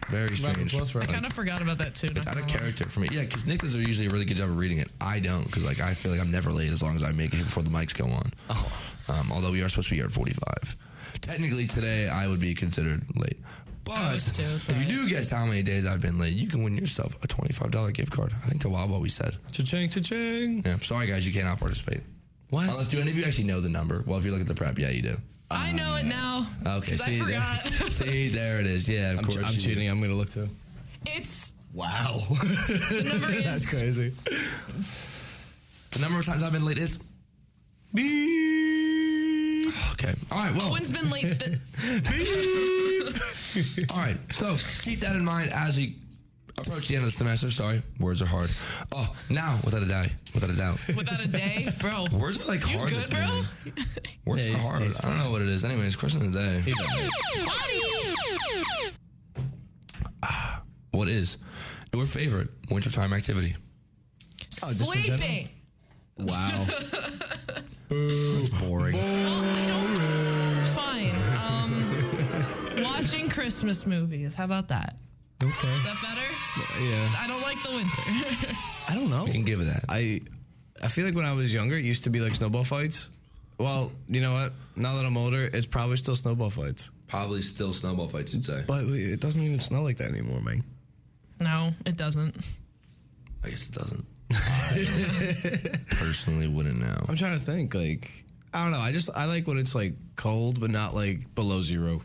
Very strange. I kind of forgot about that too. It's out of character for me. Uh-huh. Yeah, because Nick does a usually a really good job of reading it. I don't because like I feel like I'm never late as long as I make it before the mics go on. Oh. Um, although we are supposed to be here at 45. Technically today I would be considered late. But was too, if sorry. you do guess how many days I've been late, you can win yourself a $25 gift card. I think to Wawa we said. Cha-ching, cha-ching. Yeah, sorry guys, you cannot participate. What? Unless do any of you actually know the number? Well, if you look at the prep, yeah, you do. I know it now. Okay, 'cause I see there, forgot. see there it is. Yeah, of I'm, course. I'm you- cheating. I'm gonna look too. it's Wow. the number That's is crazy. The number of times I've been late is. Okay. All right. Well, Owen's been late. Th- All right. So keep that in mind as we approach the end of the semester. Sorry, words are hard. Oh, now without a doubt, without a doubt, Without a day, bro. words are like you hard. good, this bro? morning. Words Yeah, are he's- hard. he's I don't know what it is. Anyways, question of the day. Ah, what is your favorite wintertime activity? Oh, Sleeping. Wow. Fine. Um, watching Christmas movies. How about that? okay. Is that better? Yeah. I don't like the winter. I don't know. You can give it that. I I feel like when I was younger, it used to be like snowball fights. Well, you know what? Now that I'm older, it's probably still snowball fights. Probably still snowball fights, you'd say. But it doesn't even smell like that anymore, man. no, it doesn't. I guess it doesn't. I personally wouldn't know. I'm trying to think. Like, I don't know. I just I like when it's like cold, but not like below zero.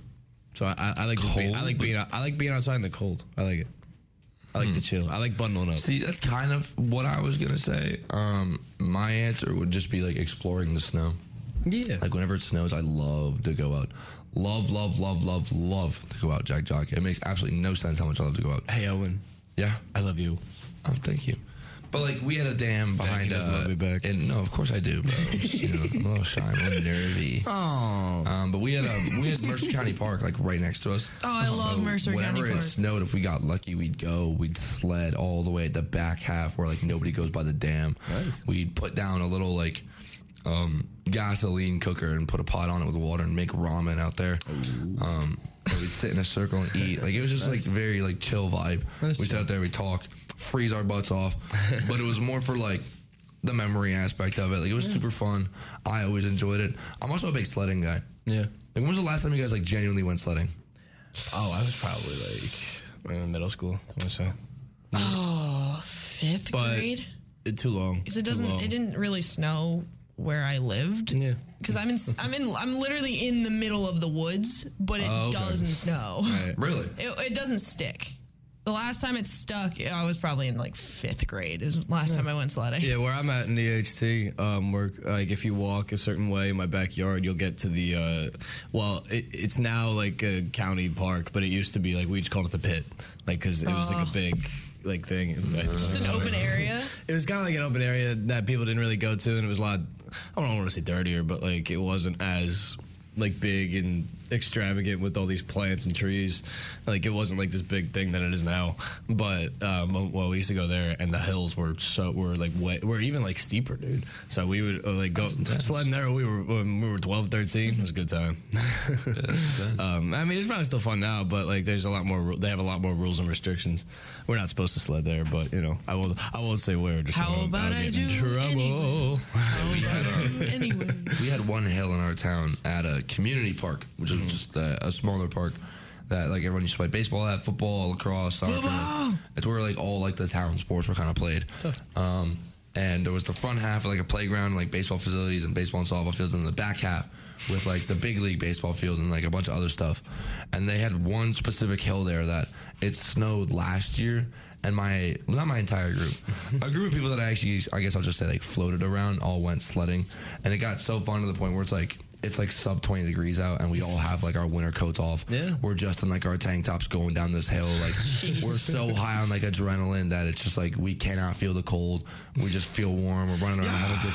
So I, I, I like just being, I Cold, Hmm. like being out- I like being outside in the cold. I like it. I like to chill. I like bundling up. See, that's kind of what I was gonna say. Um, my answer would just be like exploring the snow. yeah. Like whenever it snows, I love to go out. Love, love, love, love, love to go out, Jack Jock. It makes absolutely no sense how much I love to go out. hey Owen, Yeah. I love you. Oh, thank you. But like we had a dam behind he us. doesn't love me back. And no, of course I do, bro. I'm just, you know, I'm a little shy, I'm a little nervy. Oh. Um, but we had a we had Mercer County Park like right next to us. Oh, I love Mercer Whenever County it Park. snowed, if we got lucky, we'd go. We'd sled all the way at the back half where like nobody goes by the dam. Nice. We'd put down a little like um, gasoline cooker and put a pot on it with water and make ramen out there. Um, and we'd sit in a circle and eat. Like it was just like very like chill vibe. That's we chill. sat out there, we talk, freeze our butts off. but it was more for like the memory aspect of it. Like it was super fun. I always enjoyed it. I'm also a big sledding guy. Yeah. Like when was the last time you guys like genuinely went sledding? Oh, I was probably like in middle school. I wanna say. Oh, Fifth But- grade? It- Too long. Because it Too doesn't. long. It didn't really snow where I lived. Yeah. Because I'm in. I'm in. I'm literally in the middle of the woods, but it Oh, okay. doesn't snow. Really? It, it doesn't stick. The last time it stuck, I was probably in like fifth grade. Is the last time I went sledding. Yeah, where I'm at in DHT, um, where like if you walk a certain way in my backyard, you'll get to the. Uh, well, it, it's now like a county park, but it used to be like we just called it the pit, like because it was like a big like thing. It's Oh. an open area. It was kind of like an open area that people didn't really go to, and it was a lot. I don't want to say dirtier, but like it wasn't as like big and extravagant with all these plants and trees. Like it wasn't like this big thing that it is now. But um, well, we used to go there, and the hills were so uh, were like way, were even like steeper, dude. So we would uh, like go sledding there. We were when we were 12, 13. It was a good time. um, I mean, it's probably still fun now, but like there's a lot more. ru- They have a lot more rules and restrictions. We're not supposed to sled there, but you know, I will. I won't say where. Just How so about I'll I get in do trouble? anyway? anyway, we had one hill in our town at a community park, which is just uh, a smaller park that like everyone used to play baseball at, football, lacrosse, soccer. It's where like all like the town sports were kind of played. Um, and there was the front half of like a playground, like baseball facilities and baseball and softball fields, and the back half with like the big league baseball field and like a bunch of other stuff. And they had one specific hill there that it snowed last year. And my not my entire group, a group of people that I actually I guess I'll just say like floated around all went sledding, and it got so fun to the point where it's like it's like sub 20 degrees out and we all have like our winter coats off Yeah. we're just in like our tank tops going down this hill like we're so high on like adrenaline that it's just like we cannot feel the cold we just feel warm we're running around having a good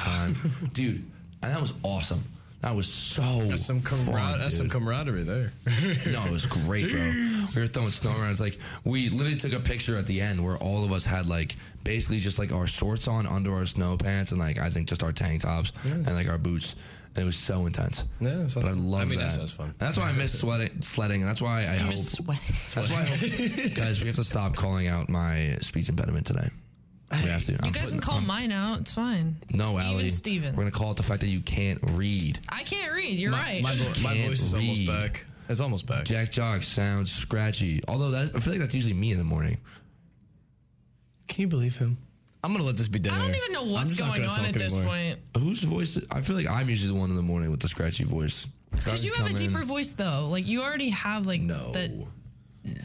time dude and that was awesome that was so That's some fun, camaraderie. That's some dude. camaraderie there. No, it was great, bro. We were throwing snow around. It's like we literally took a picture at the end where all of us had like basically just like our shorts on under our snow pants and like I think just our tank tops and like our boots. And it was so intense. Yeah, that sounds- but I love I mean, that that. sounds fun. And That's why I miss sweating, sledding. and That's why I hope. Miss Sweat. That's why I hope, guys, we have to stop calling out my speech impediment today. We have to. You guys can call mine out. It's fine. No, Allie. Steven. We're gonna call it the fact that you can't read. I can't read. You're right. My, vo- my Can't voice is almost read. back. It's almost back. Jack Jock sounds scratchy. Although that I feel like that's usually me in the morning. Can you believe him? I'm gonna let this be dead. I don't air. even know I'm what's just not going gonna on talk at this anymore. point. Whose voice? I feel like I'm usually the one in the morning with the scratchy voice. Because you have a deeper voice though. Like you already have like No. that.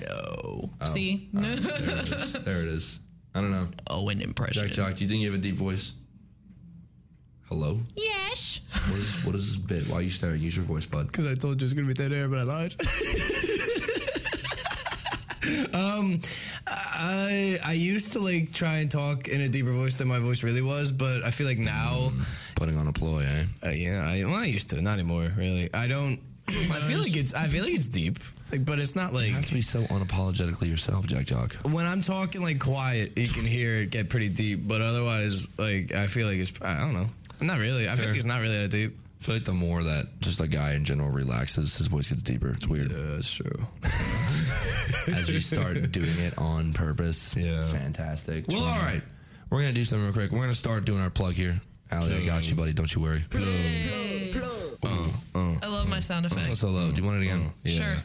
No. See, no. there, it is. there it is. I don't know. Owen impression. Jack Jock, do you think you have a deep voice? Hello? Yes. What is, what is this bit? Why are you staring? Use your voice, bud. Because I told you it's gonna be dead air, but I lied. Um, I I used to like try and talk in a deeper voice than my voice really was, but I feel like now, Putting on a ploy, eh? uh, yeah, I, well, I used to, not anymore, really. I don't. I feel like it's I feel like it's deep, like, but it's not like You have to be so unapologetically yourself, Jack Jock. when I'm talking like quiet, you can hear it get pretty deep. But otherwise, like I feel like it's I don't know, not really. I feel like it's not really that deep. I feel like the more that just a guy in general relaxes, his voice gets deeper. It's weird. that's true. As we start doing it on purpose. Yeah. Fantastic. Well, all right. We're going to do something real quick. We're going to start doing our plug here. Allie, I got you, buddy. Don't you worry. I love my sound That's effect. so low. Do you want it again? Sure.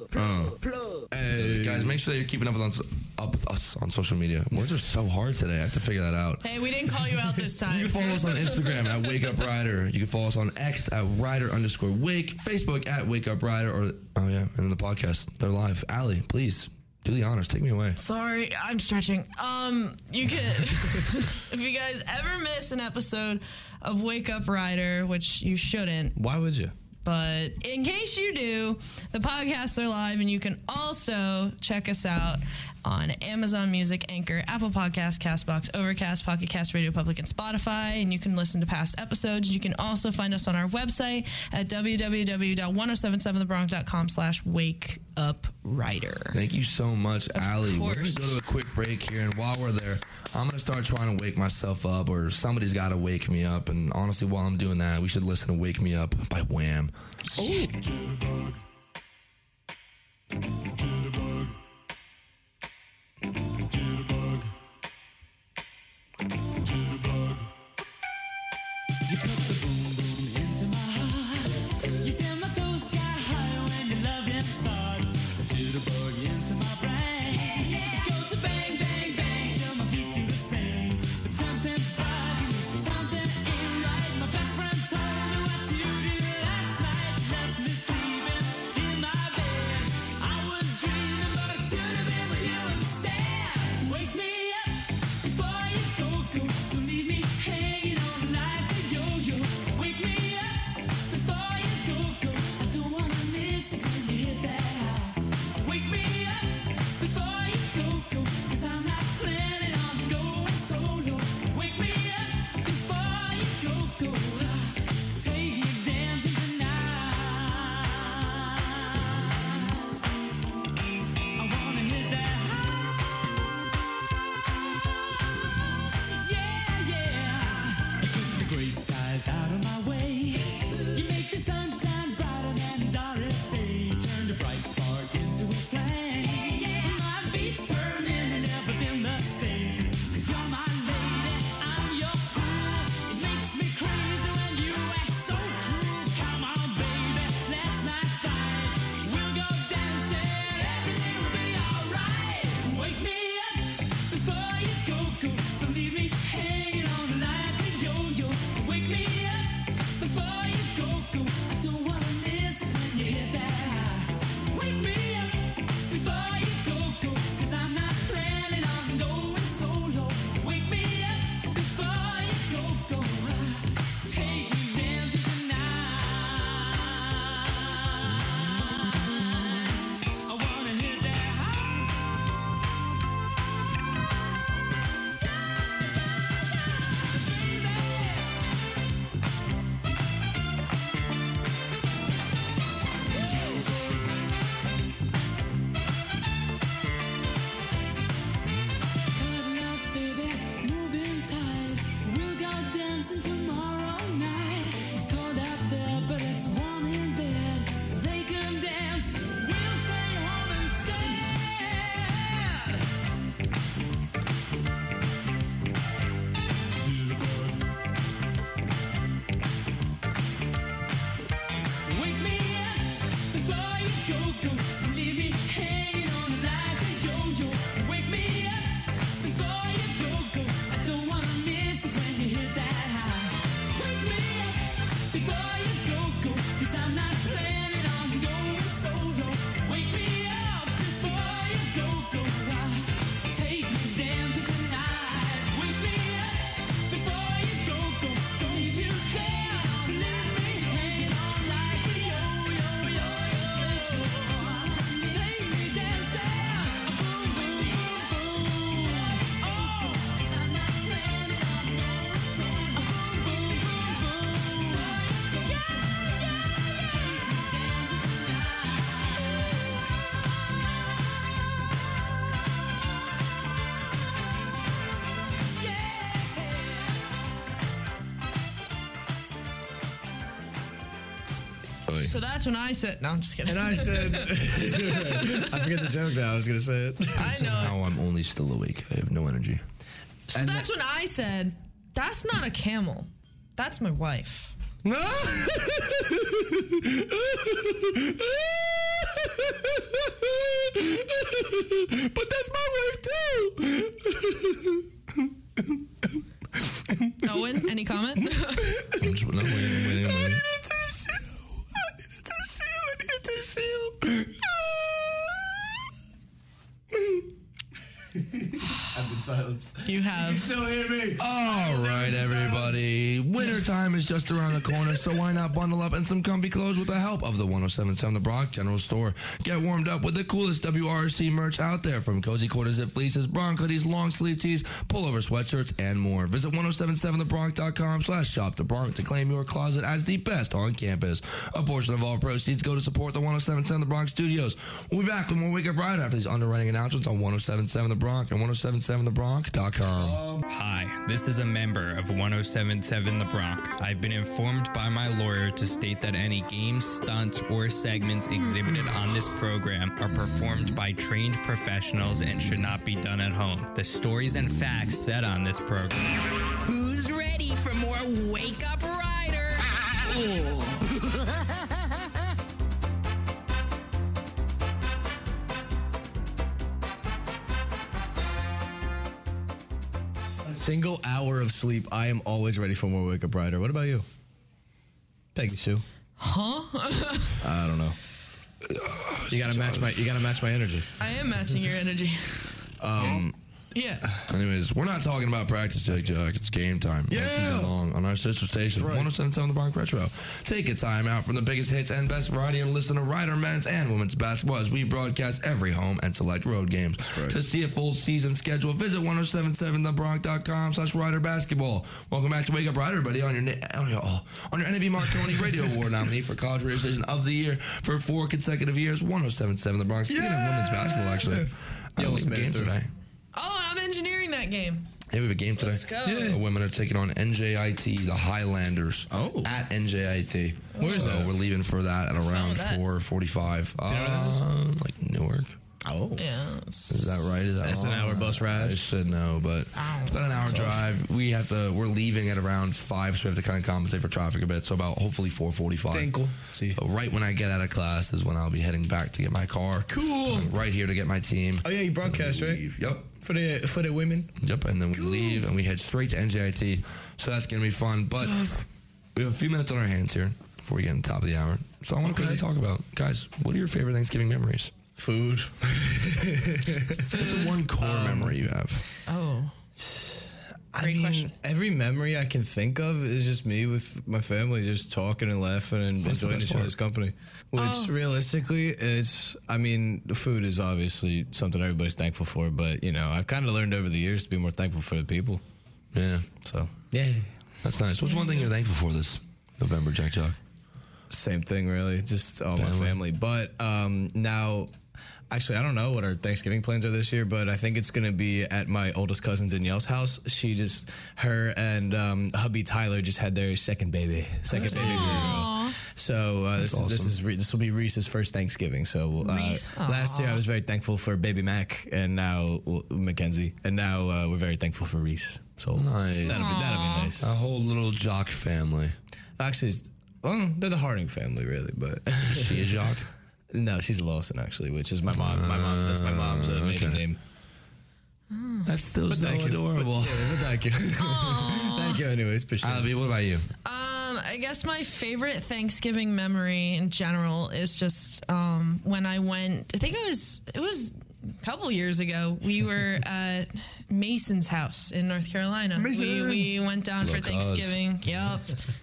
Guys, make sure that you're keeping up with, us, up with us on social media. Words are so hard today. I have to figure that out. Hey, we didn't call you out this time. You can follow us on Instagram at Wake Up Rider. You can follow us on X at Rider underscore Wake. Facebook at Wake Up Rider. Or oh yeah, and then the podcast. They're live. Allie, please do the honors. Take me away. Sorry, I'm stretching. Um, you could, if you guys ever miss an episode of Wake Up Rider, which you shouldn't, Why would you? but in case you do, the podcasts are live, and you can also check us out on Amazon Music, Anchor, Apple Podcasts, Castbox, Overcast, Pocket Cast, Radio Public, and Spotify. And you can listen to past episodes. You can also find us on our website at www.1077thebronx.com slash Wake Up Rider. Thank you so much, Allie. We're gonna course. go to a quick break here, and while we're there, I'm gonna start trying to wake myself up, or somebody's gotta wake me up. And honestly, while I'm doing that, we should listen to "Wake Me Up" by Wham. Wake me up before you go, go. Don't leave me hanging on like a yo-yo. Wake me Really? So that's when I said, no, I'm just kidding. And I said, I forget the joke now. I was going to say it. I know. Now I'm only still awake. I have no energy. So that's when I said, that's not a camel. That's my wife. but that's my wife too. Owen, any comment? I'm just no, wait, wait, wait, wait. I've been silenced. you have. Still hear me? All right, everybody. Winter time is just around the corner, so why not bundle up in some comfy clothes with the help of the 1077 The Bronx General Store? Get warmed up with the coolest WRC merch out there from cozy quarter zip fleeces, Bronx hoodies, long sleeve tees, pullover sweatshirts, and more. Visit 1077thebronx.com slash shop the Bronx to claim your closet as the best on campus. A portion of all proceeds go to support the 1077 The Bronx Studios. We'll be back with more Wake Up Ride after these underwriting announcements on 1077 The Bronx and 1077thebronx.com. Hi, this is a member of 1077 The Bronx. I've been informed by my lawyer to state that any games, stunts, or segments exhibited on this program are performed by trained professionals and should not be done at home. The stories and facts said on this program. Who's ready for more Wake Up Rider? Single hour of sleep. I am always ready for more Wake Up Rider. What about you? Thank you, Sue. Huh? I don't know. You gotta match my. You gotta match my energy. I am matching your energy. Um. Yeah. Anyways, we're not talking about practice, Jake Jack. It's game time. All season long on our sister station, 1077 The Bronx Retro. Take a time out from the biggest hits and best variety and listen to Rider men's and women's basketball as we broadcast every home and select road games. To see a full season schedule, visit 1077thebronx.com slash Rider Basketball. Welcome back to Wake Up Rider, everybody, on your, na- on your, oh, on your NAB Marconi Radio Award nominee for College Radio Station of the Year for four consecutive years, 1077 The Bronx. Speaking of women's basketball, actually. I Yeah, have let's a make it game through. today. Oh, and I'm engineering that game. Hey, we have a game today. Let's go. The women are taking on NJIT, the Highlanders. Oh. At NJIT. Where is that? We're leaving for that at around that? 4.45. Uh, like Newark. Oh, Yeah. Is that right? Is that That's an wrong? hour bus ride. I should know, but it's about an hour drive. We have to, we're leaving at around 5, so we have to kind of compensate for traffic a bit. So about hopefully 4.45. Dinkle. See. So right when I get out of class is when I'll be heading back to get my car. Cool. Coming Right here to get my team. Oh yeah, you broadcast right Leave. Yep. for the for the women. Yep, and then we leave and we head straight to NJIT. So that's gonna be fun. But we have a few minutes on our hands here before we get on top of the hour. So I want to quickly talk about, guys, what are your favorite Thanksgiving memories? Food. Um, What's one core memory you have? Oh. I Great mean, question. every memory I can think of is just me with my family, just talking and laughing and That's the enjoying best each other's company. Which realistically, it's I mean, the food is obviously something everybody's thankful for, but you know, I've kind of learned over the years to be more thankful for the people. Yeah, So yeah, that's nice. What's one thing you're thankful for this November, Jack Jock? same thing really, just all my Family. family. But um, now. Actually, I don't know what our Thanksgiving plans are this year, but I think it's going to be at my oldest cousin Danielle's house. She just, her and um, hubby Tyler just had their second baby, second baby girl. So uh, this, this is Re- this will be Reese's first Thanksgiving. So uh, Reese, last year I was very thankful for baby Mac, and now well, Mackenzie, and now uh, we're very thankful for Reese. So Nice. that'll, be, that'll be nice. A whole little Jock family. Actually, it's, well, they're the Harding family, really, but. Is she a Jock? No, she's Lawson actually, which is my mom. My mom. That's my mom's uh, maiden Ah, okay. name. That's still so Thank you. adorable. But, yeah, but thank you. thank you. Anyways, appreciate it. Abby, what about you? Um, I guess my favorite Thanksgiving memory in general is just um, when I went. I think it was it was a couple years ago. We were at Mason's house in North Carolina. We, we went down for Little cuz. Thanksgiving. Yep.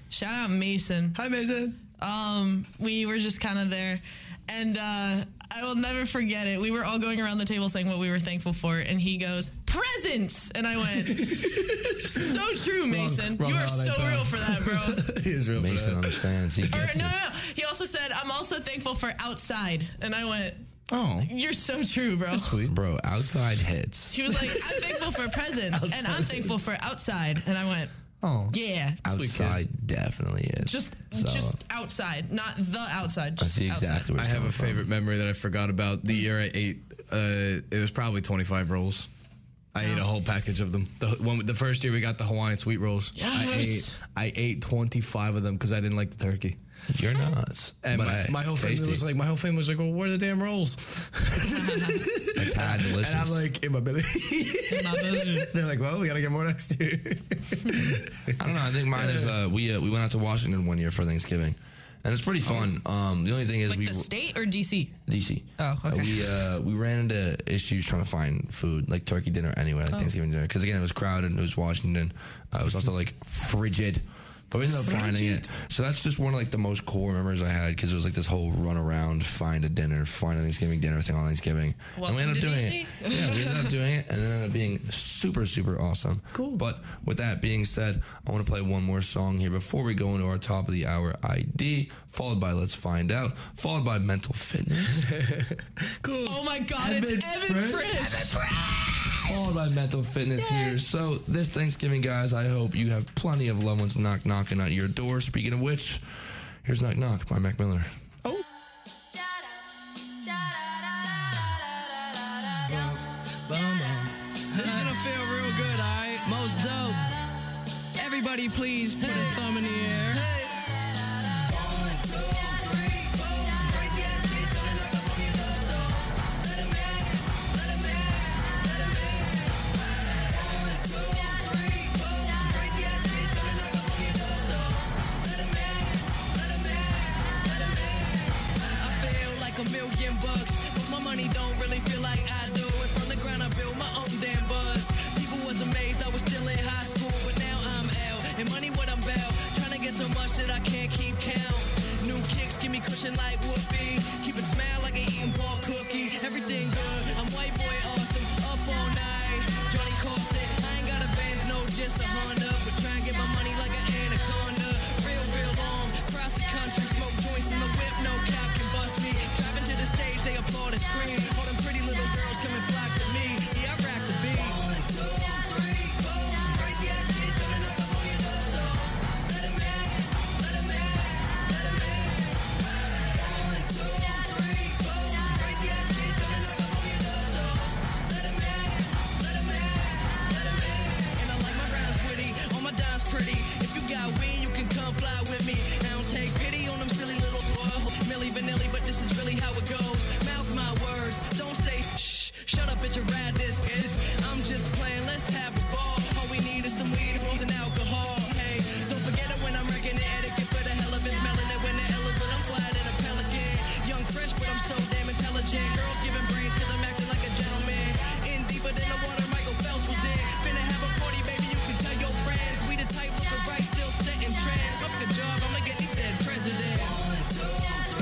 Shout out Mason Hi, Mason. we were just kind of there and uh, i will never forget it we were all going around the table saying what we were thankful for and he goes presents and i went so true mason wrong you are holiday so time. real for that bro He is real. for Mason that. understands. He or, gets no, no it. no he also said i'm also thankful for outside and i went Oh, you're so true bro Bro, outside hits. he was like i'm thankfule for presents and i'm thankful for outside and i went Oh. Yeah. Outside definitely is. Just So, just outside, not the outside. I Just see exactly Outside. where I it's have a coming from. favorite memory that I forgot about. The year I ate, uh, it was probably 25 rolls. I ate a whole package of them. The one, the first year we got the Hawaiian sweet rolls. Yes. I ate, I ate 25 of them because I didn't like the turkey. You're nuts. And But my, hey, my whole family tasty. was like, my whole family was like, well, where are the damn rolls? a tad delicious. And I'm like, in my belly. My boo. They're like, well, we gotta get more next year. I don't know. I think mine is uh, we uh, we went out to Washington one year for Thanksgiving, and it's pretty fun. Um, the only thing is Oh. Like we the state or DC? DC. Oh, okay. Uh, we uh, we ran into issues trying to find food, like turkey dinner anywhere, Oh. like Thanksgiving dinner, because again it was crowded and it was Washington. Uh, it was also like frigid. But we ended up finding it. So that's just one of like the most core memories I had because it was like this whole run around, find a dinner, find a Thanksgiving dinner thing on Thanksgiving. and Welcome we ended up to doing DC. it. Yeah, we ended up doing it and it ended up being super, super awesome. Cool. But with that being said, I want to play one more song here before we go into our top of the hour ID, followed by Let's Find Out, followed by Mental Fitness. Oh my God! It's Evan Frisch. all about mental fitness here. So this Thanksgiving, guys, I hope you have plenty of loved ones knock knocking at your door. Speaking of which, here's knock knock by Mac Miller. This is gonna feel real good, alright? Most dope. Everybody, please put a thumb in the air. I feel like a million bucks, but my money don't really feel like I do. And from the ground, I built my own damn buzz. People was amazed I was still in high school, but now I'm out. And money what I'm about, trying to get so much that I can't keep count. New kicks give me cushion like whoopee. Keep a smile like an eating ball cookie. Everything good, I'm white boy awesome. Up all night, Johnny Corset. I ain't got a Benz, no, just a Honda. But try and get my money like an anaconda. Real, real long, across the country, smoke joints in the whip, no cap can bust me. Driving to the stage, they applaud and scream. All them pretty little girls come and flock to me. Yeah, I rock the beat. And I like my rhymes witty, all my dimes pretty. If you got wind, you can come fly with me. I don't take pity on them silly little boys. Milli vanilli, but this is really how it goes. Mouth my words, don't say shh. Shut up, bitch, and ride this is. I'm just playing, let's have a ball. All we need is some weed, booze, and alcohol. Hey, don't forget it when I'm wrecking the etiquette for the hell of it. Smelling it when the hell is lit, I'm flying in a pelican. Young, fresh, but I'm so damn intelligent. Girls giving brains, cause I'm acting like a gentleman. In deeper than the water, Michael Phelps was in. Finna have a party, baby, you can tell your friends. We the type looking right, still setting trends. Fuck the job, I'ma get these dead presidents.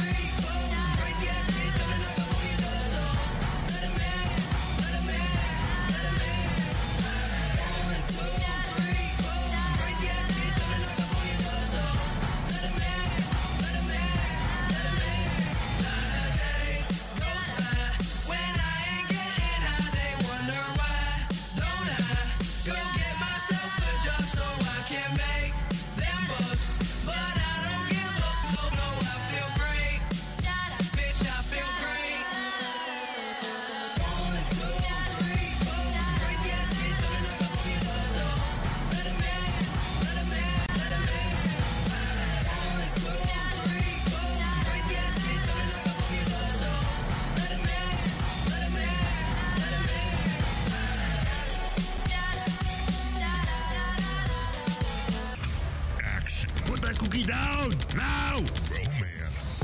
Action. Put that cookie down now. Romance.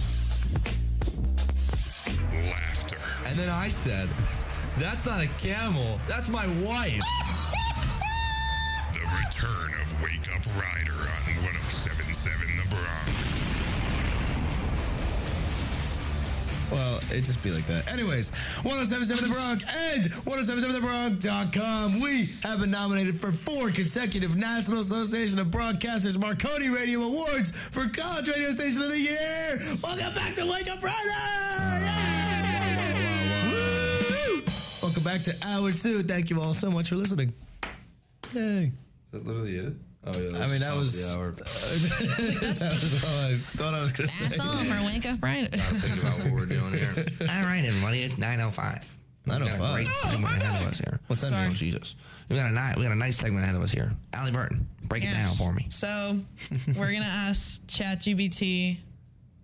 Laughter. And then I said, "That's not a camel. That's my wife." The return of Wake Up Rider on 1077 The Bronx. well, it just be like that. Anyways, 1077 The Bronx and 1077TheBronx.com. We have been nominated for four consecutive National Association of Broadcasters Marconi Radio Awards for College Radio Station of the Year. Welcome back to Wake Up Friday! Woo! Welcome back to Hour Two. Thank you all so much for listening. Yay. That literally it. Oh, yeah, I mean, that was. that was all I thought I was going to say. That's all for Wake Up Bright. Think about what we're doing here. All right, everybody, it's 9.05. We got a 9:05. great Oh, segment my ahead of God. us here. What's that Oh, mean? Jesus. We got, a nice, we got a nice segment ahead of us here. Allie Burton, break it down Yes. for me. So we're gonna ask ChatGPT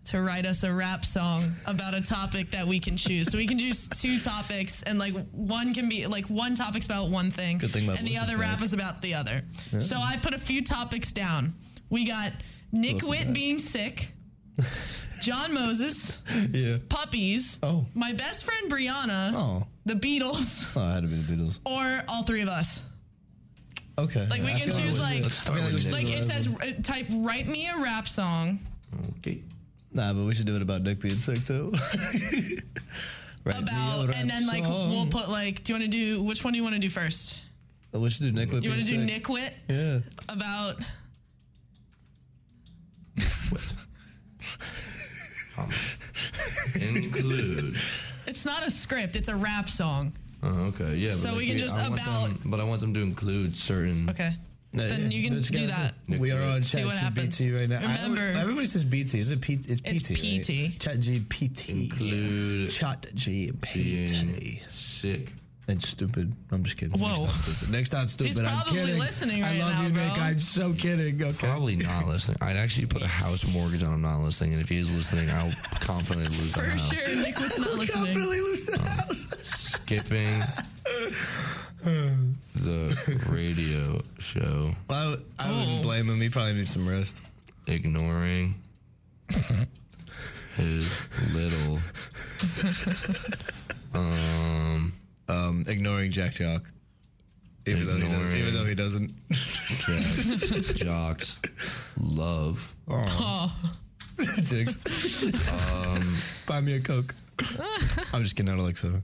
to write us a rap song about a topic that we can choose. So we can choose two topics, and like one can be like one topic's about one thing, Good thing my and the voice is other bad. rap is about the other. Yeah. So I put a few topics down. We got Nick Close Witt enough. being sick, John Moses, Yeah. puppies, oh, my best friend Brianna, Oh. the Beatles, Oh, I had to be the Beatles. or all three of us. Okay. Like we I can feel choose we- like, I feel we should like do it that. says uh, type write me a rap song Okay. Nah, but we should do it about Nick being sick too. right. about and then like we'll put like do you want to do which one do you want to do first? Oh, we should do Nick with You want to do being sick. Nick Wit Yeah. about Include. it's not a script, it's a rap song. Oh, okay. Yeah. So we can just I want about- them- but I want them to include certain. Okay. then you can do that. We are on See what happens. BT right now. I Remember- always- everybody says BT. Is it P- it's PT? It's PT. Right? Chat GPT. Include. Chat GPT. Sick. And stupid. I'm just kidding. Nick's Whoa. not stupid. Nick's not stupid. He's I'm probably kidding. listening right I love now, you, Nick. bro. I'm so kidding. Okay. Probably not listening. I'd actually put a house mortgage on him not listening, and if he is listening, I'll confidently lose that For house. sure, Nick Witt's not listening. Confidently lose the house. Skipping the radio show, I, I Oh. wouldn't blame him. He probably needs some rest. ignoring his little. Um, Um, ignoring Jack Jock. Even though he doesn't. Even though he doesn't. Jack, jocks, love. Oh, Jigs. Buy me a Coke. Um, I'm just kidding. I don't like soda.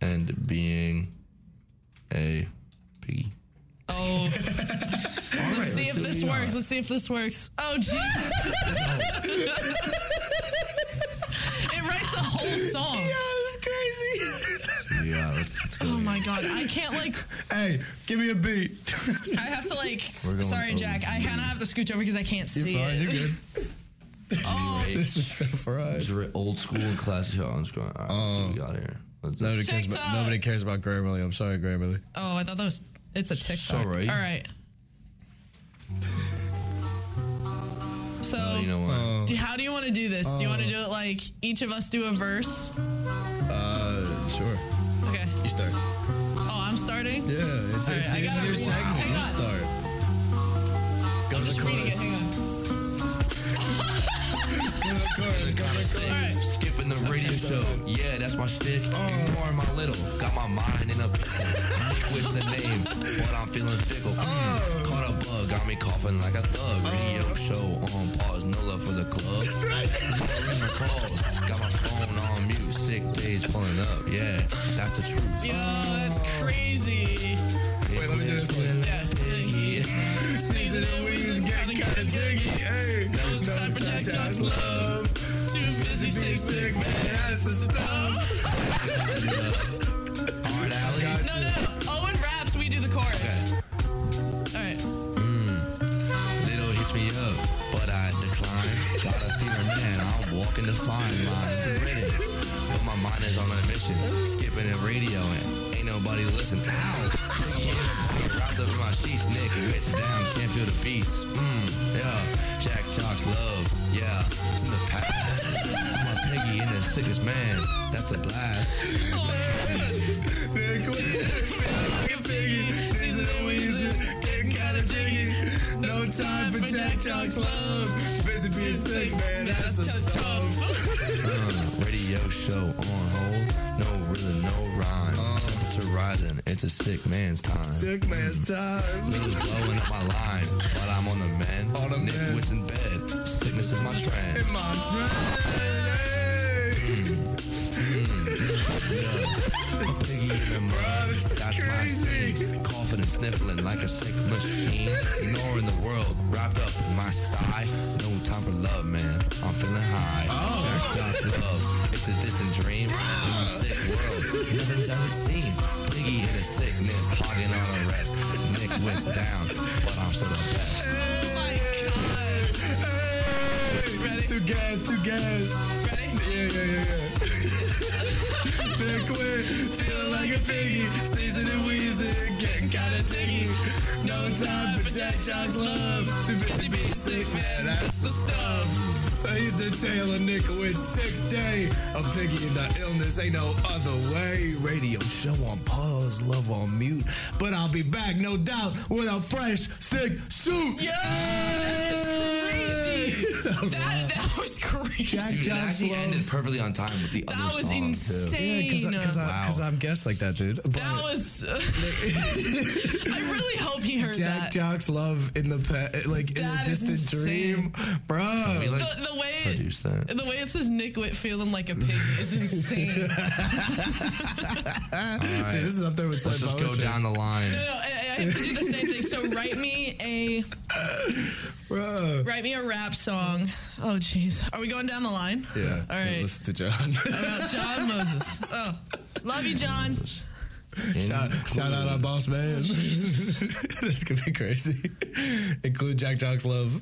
and being a piggy. oh. Let's see see if what this we works. got. Let's see if this works. Oh, jeez. it writes a whole song. That's crazy. Yeah, let's, let's go. Oh my god, I can't like. hey, give me a beat. I have to like. We're going Sorry, Jack. I kind of have to scooch over because I can't see You're fine. it. You're good. Oh, This is so fried. Dri- old school and classic. Oh, I'm just going. All right, let's see what we got here. Let's, Nobody cares, TikTok. about, nobody cares about Grammarly. I'm sorry, Grammarly. oh, I thought that was. It's a TikTok. All Sorry. right. All right. So, oh, you know what? do- how do you want to do this? Do you want to do it like each of us do a verse? Uh, sure. Okay. You start. Oh, I'm starting. Yeah, it's, All right, it's, I it's gotta your read- segment. hang You on. start. Go to the Just reading it. chorus. Hang on. Alright. Skipping the radio show. Yeah, that's my shtick. Ignoring my little. Got my mind in a. What's the name? But I'm feeling fickle. Oh. Mm, Caught a bug. Got me coughing like a thug. Radio show on pause. No love for the club. That's right. my calls. Got my phone on mute. Sick days pulling up. Yeah, that's the truth. Yo, that's crazy. Wait, let me do this one. Yeah. Season and reason getting kind of jiggy. Hey, No time for Jack John's love. Too busy, stay sick. that's the stuff. Hard alley. No, no, no. Owen raps, we do the chorus. Okay. All right. Little hits me up, but I decline. Got a feeling, man, I'm walking the fine line. Committed, But my mind is on a mission. Skipping the radio and ain't nobody listen. Ow! Shit. Wrapped up in my sheets, Nick. Wits down, can't feel the beats. Mmm, yeah. Jack Jock's love, yeah. It's in the past. My piggy in the sickest man. That's a blast. Like a piggy, season and reason getting kind of jiggy. No time for Jack John's love. Busy being sick, man. That's the That's stuff. tough. Uh, radio show on hold. No, really, no rhyme. Temperature rising. It's a sick man's time. Sick man's time. Niggas blowing up my line, but I'm on the man. On the Nick man. Wits in bed. Sickness is my trend. Piggy in the mud. That's my scene. Coughing and sniffling like a sick machine. Ignoring the world, wrapped up in my sty. No time for love, man. I'm feeling high. Jacked up love. It's a distant dream. In my sick world. Nothing's as it seems. Piggy He hit a sickness, hogging on a rest. Nick went down, but I'm still the best. Two gas, two gas. Ready? Yeah, yeah, yeah, yeah. They're quick, feeling like a piggy, sneezing and wheezing, getting kinda jiggy. No time for Jack Jock's love. Too busy being sick, man, that's the stuff. So he's the tale of Nickwit's sick day. A piggy in the illness, ain't no other way. Radio show on pause, love on mute. But I'll be back, no doubt, with a fresh, sick suit. Yeah, that is crazy. That was That, that was crazy. Dude, it actually ended perfectly on time with the other That was song, too. insane. because Wow. I'm guessed like that, dude. But that was. I really hope he heard Jack that. Jock's love in the pet, like in a That is distant dream, insane. bro. We, like, the, the way produced that. the way it says Nickwit feeling like a pig is insane. All right, Dude, this is up there with let's Slam just go Poetry. down the line. No, no, I, I have to do the same thing. So write me a bro. write me a rap song. Oh jeez, are we going down the line? Yeah. All right. Listen to John. About John Moses. Oh, love you, John. Shout, uh, shout out our boss Oh, man. this could be crazy. Include Jack Jock's love.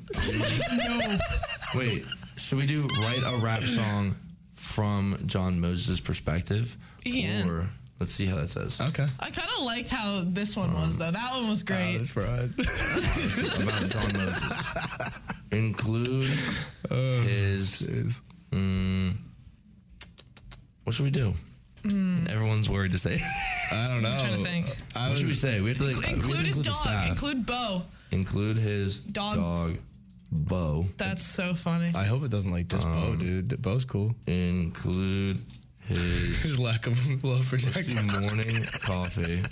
Wait, should we do write a rap song from John Moses' perspective? Yeah. Or let's see how that says. Okay. Ah, I kind of liked how this one was though. That one was great. That's right. About John Moses. Include his. Mm, what should we do? Mm. Everyone's worried to say. I don't know. trying to think. what should we say? We have to like, we have to include his the dog. staff. Include Bo. Include his Dog. dog Bo. That's so funny. I hope it doesn't like this bow, dude. The bow's cool. Include his His lack of love for Jack Johnson. morning coffee.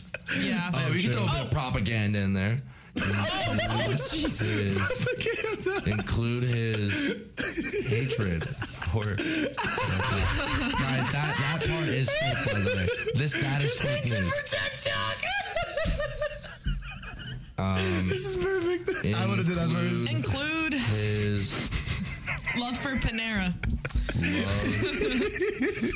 Yeah. Oh, we can throw a bit of propaganda in there. Include his- Include his hatred for. Guys, that, that part is fake, by the way. This, that is fake news. this is perfect. I would have done that first. Include Include his love for Panera.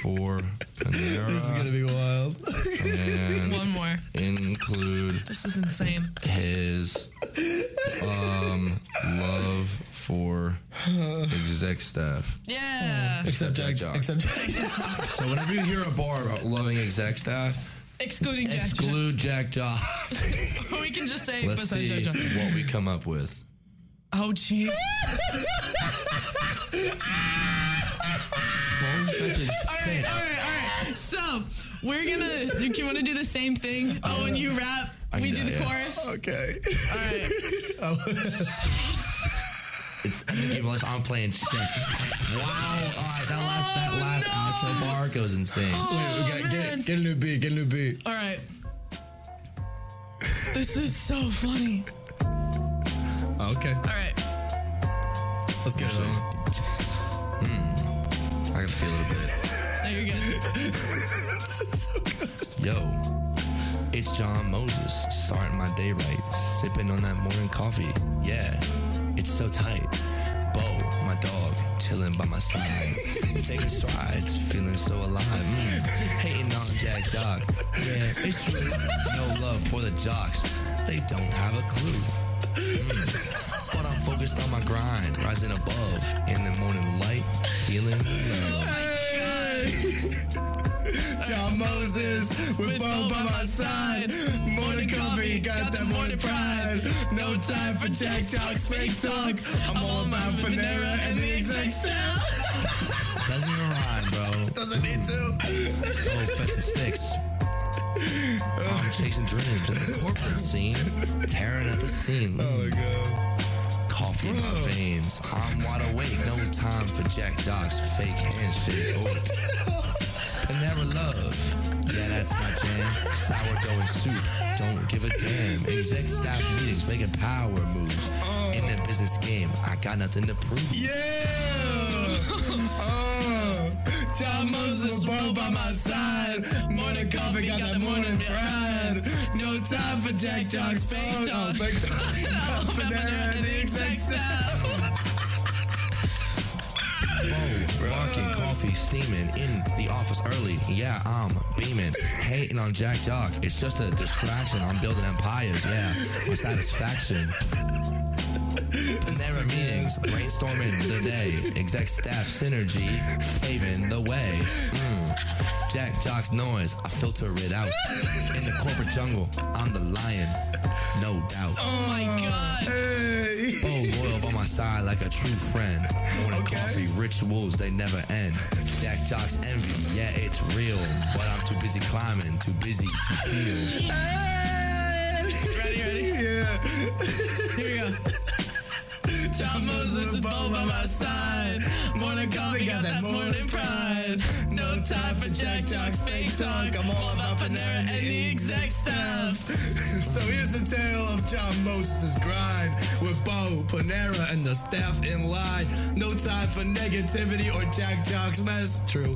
for Panera. This is gonna be wild. and One more. include This is insane. his um love for exec staff. Yeah. Except Jack, Jack Jock. Except Jack. So whenever you hear a bar about loving exec staff, Excluding Jack. exclude Jack Jock. Johnson. We can just say Let's besides see Jack Johnson. what we come up with. Oh jeez. All right, all right, all right. So we're gonna. You, want to do the same thing? Oh, and you rap. I we can do do the that, yeah. chorus. Okay. All right. It's I think everyone's- I'm playing shit. Wow! All right, that last that last outro bar goes insane. Oh, Get- man. Get, get a new beat. Get a new beat. All right. This is so funny. Oh, Okay. All right. Let's get it on. Hmm. I can feel it a bit. Now you're good. Yo, it's John Moses, starting my day right, sipping on that morning coffee. Yeah, it's so tight. Bo, my dog, chilling by my side, taking strides, feeling so alive. Mm, hating on Jack Jock. Yeah, it's true. No love for the jocks. They don't have a clue. Mm. But I'm focused on my grind, rising above in the morning light, feeling low. John Moses with Bo by my side. Morning coffee, got that morning pride. No time for Jack Talks, fake talk. I'm all about Panera and the exact staff. Doesn't even rhyme, bro. Doesn't need to. Oh, fetching sticks. I'm chasing dreams in the corporate scene, tearing at the seam. Oh my god. Coffee in my veins. I'm wide awake, no time for Jack Doc's fake handshake. Oh. Panera love. Yeah, that's my jam. Sourdough and soup. Don't give a damn. Exec staff meetings, making power moves. In the business game, I got nothing to prove. Yeah. Oh. John Moses with Bo by my side. Morning coffee, got that morning pride. No time for Jack Talks, fake talk. Fake talk. Panera and the exact staff. Barking, coffee steaming in the office early. Yeah, I'm beaming, hating on Jack Jock. It's just a distraction. I'm building empires. Yeah, my satisfaction. Panera meetings, brainstorming the day, exec staff synergy, paving the way. Mm. Jack Jock's noise, I filter it out. In the corporate jungle, I'm the lion, no doubt. Oh my god. Hey. Bo Loyal by my side like a true friend. Morning coffee rituals, they never end. Jack Jock's envy, yeah, it's real. But I'm too busy climbing, too busy to feel. Ready, ready? Yeah. Here we go. John Moses is bow by my side. Morning coffee got that morning pride. No time for Jack Jock's fake talk. I'm all about Panera and the exec stuff. So here's the tale of John Moses' grind with Bo, Panera, and the staff in line. No time for negativity or Jack Jock's mess. True.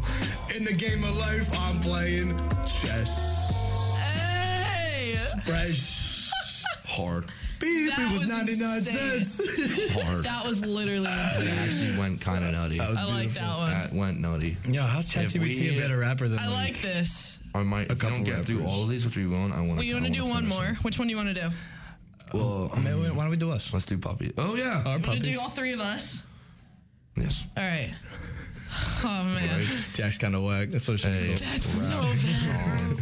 In the game of life, I'm playing chess. Hey! Fresh. Hard. Beep, That it was, was 99 insane. cents. Hard. That was literally It insane. actually went kind of nutty. That was I like beautiful. that one. That went nutty. Yo, how's If ChatGPT we- a better rapper than I like this. I might. If we couple don't get through rappers. all of these, which we won't. I want. Well, you want to do one more? Which one do you want to do? Well, I mean, Wait, why don't we do us? let's do Poppy. Oh yeah. Our Want to puppies. do all three of us? yes. All right. Oh man, Jack's kind of whack. That's what it should Hey, be. that's so bad.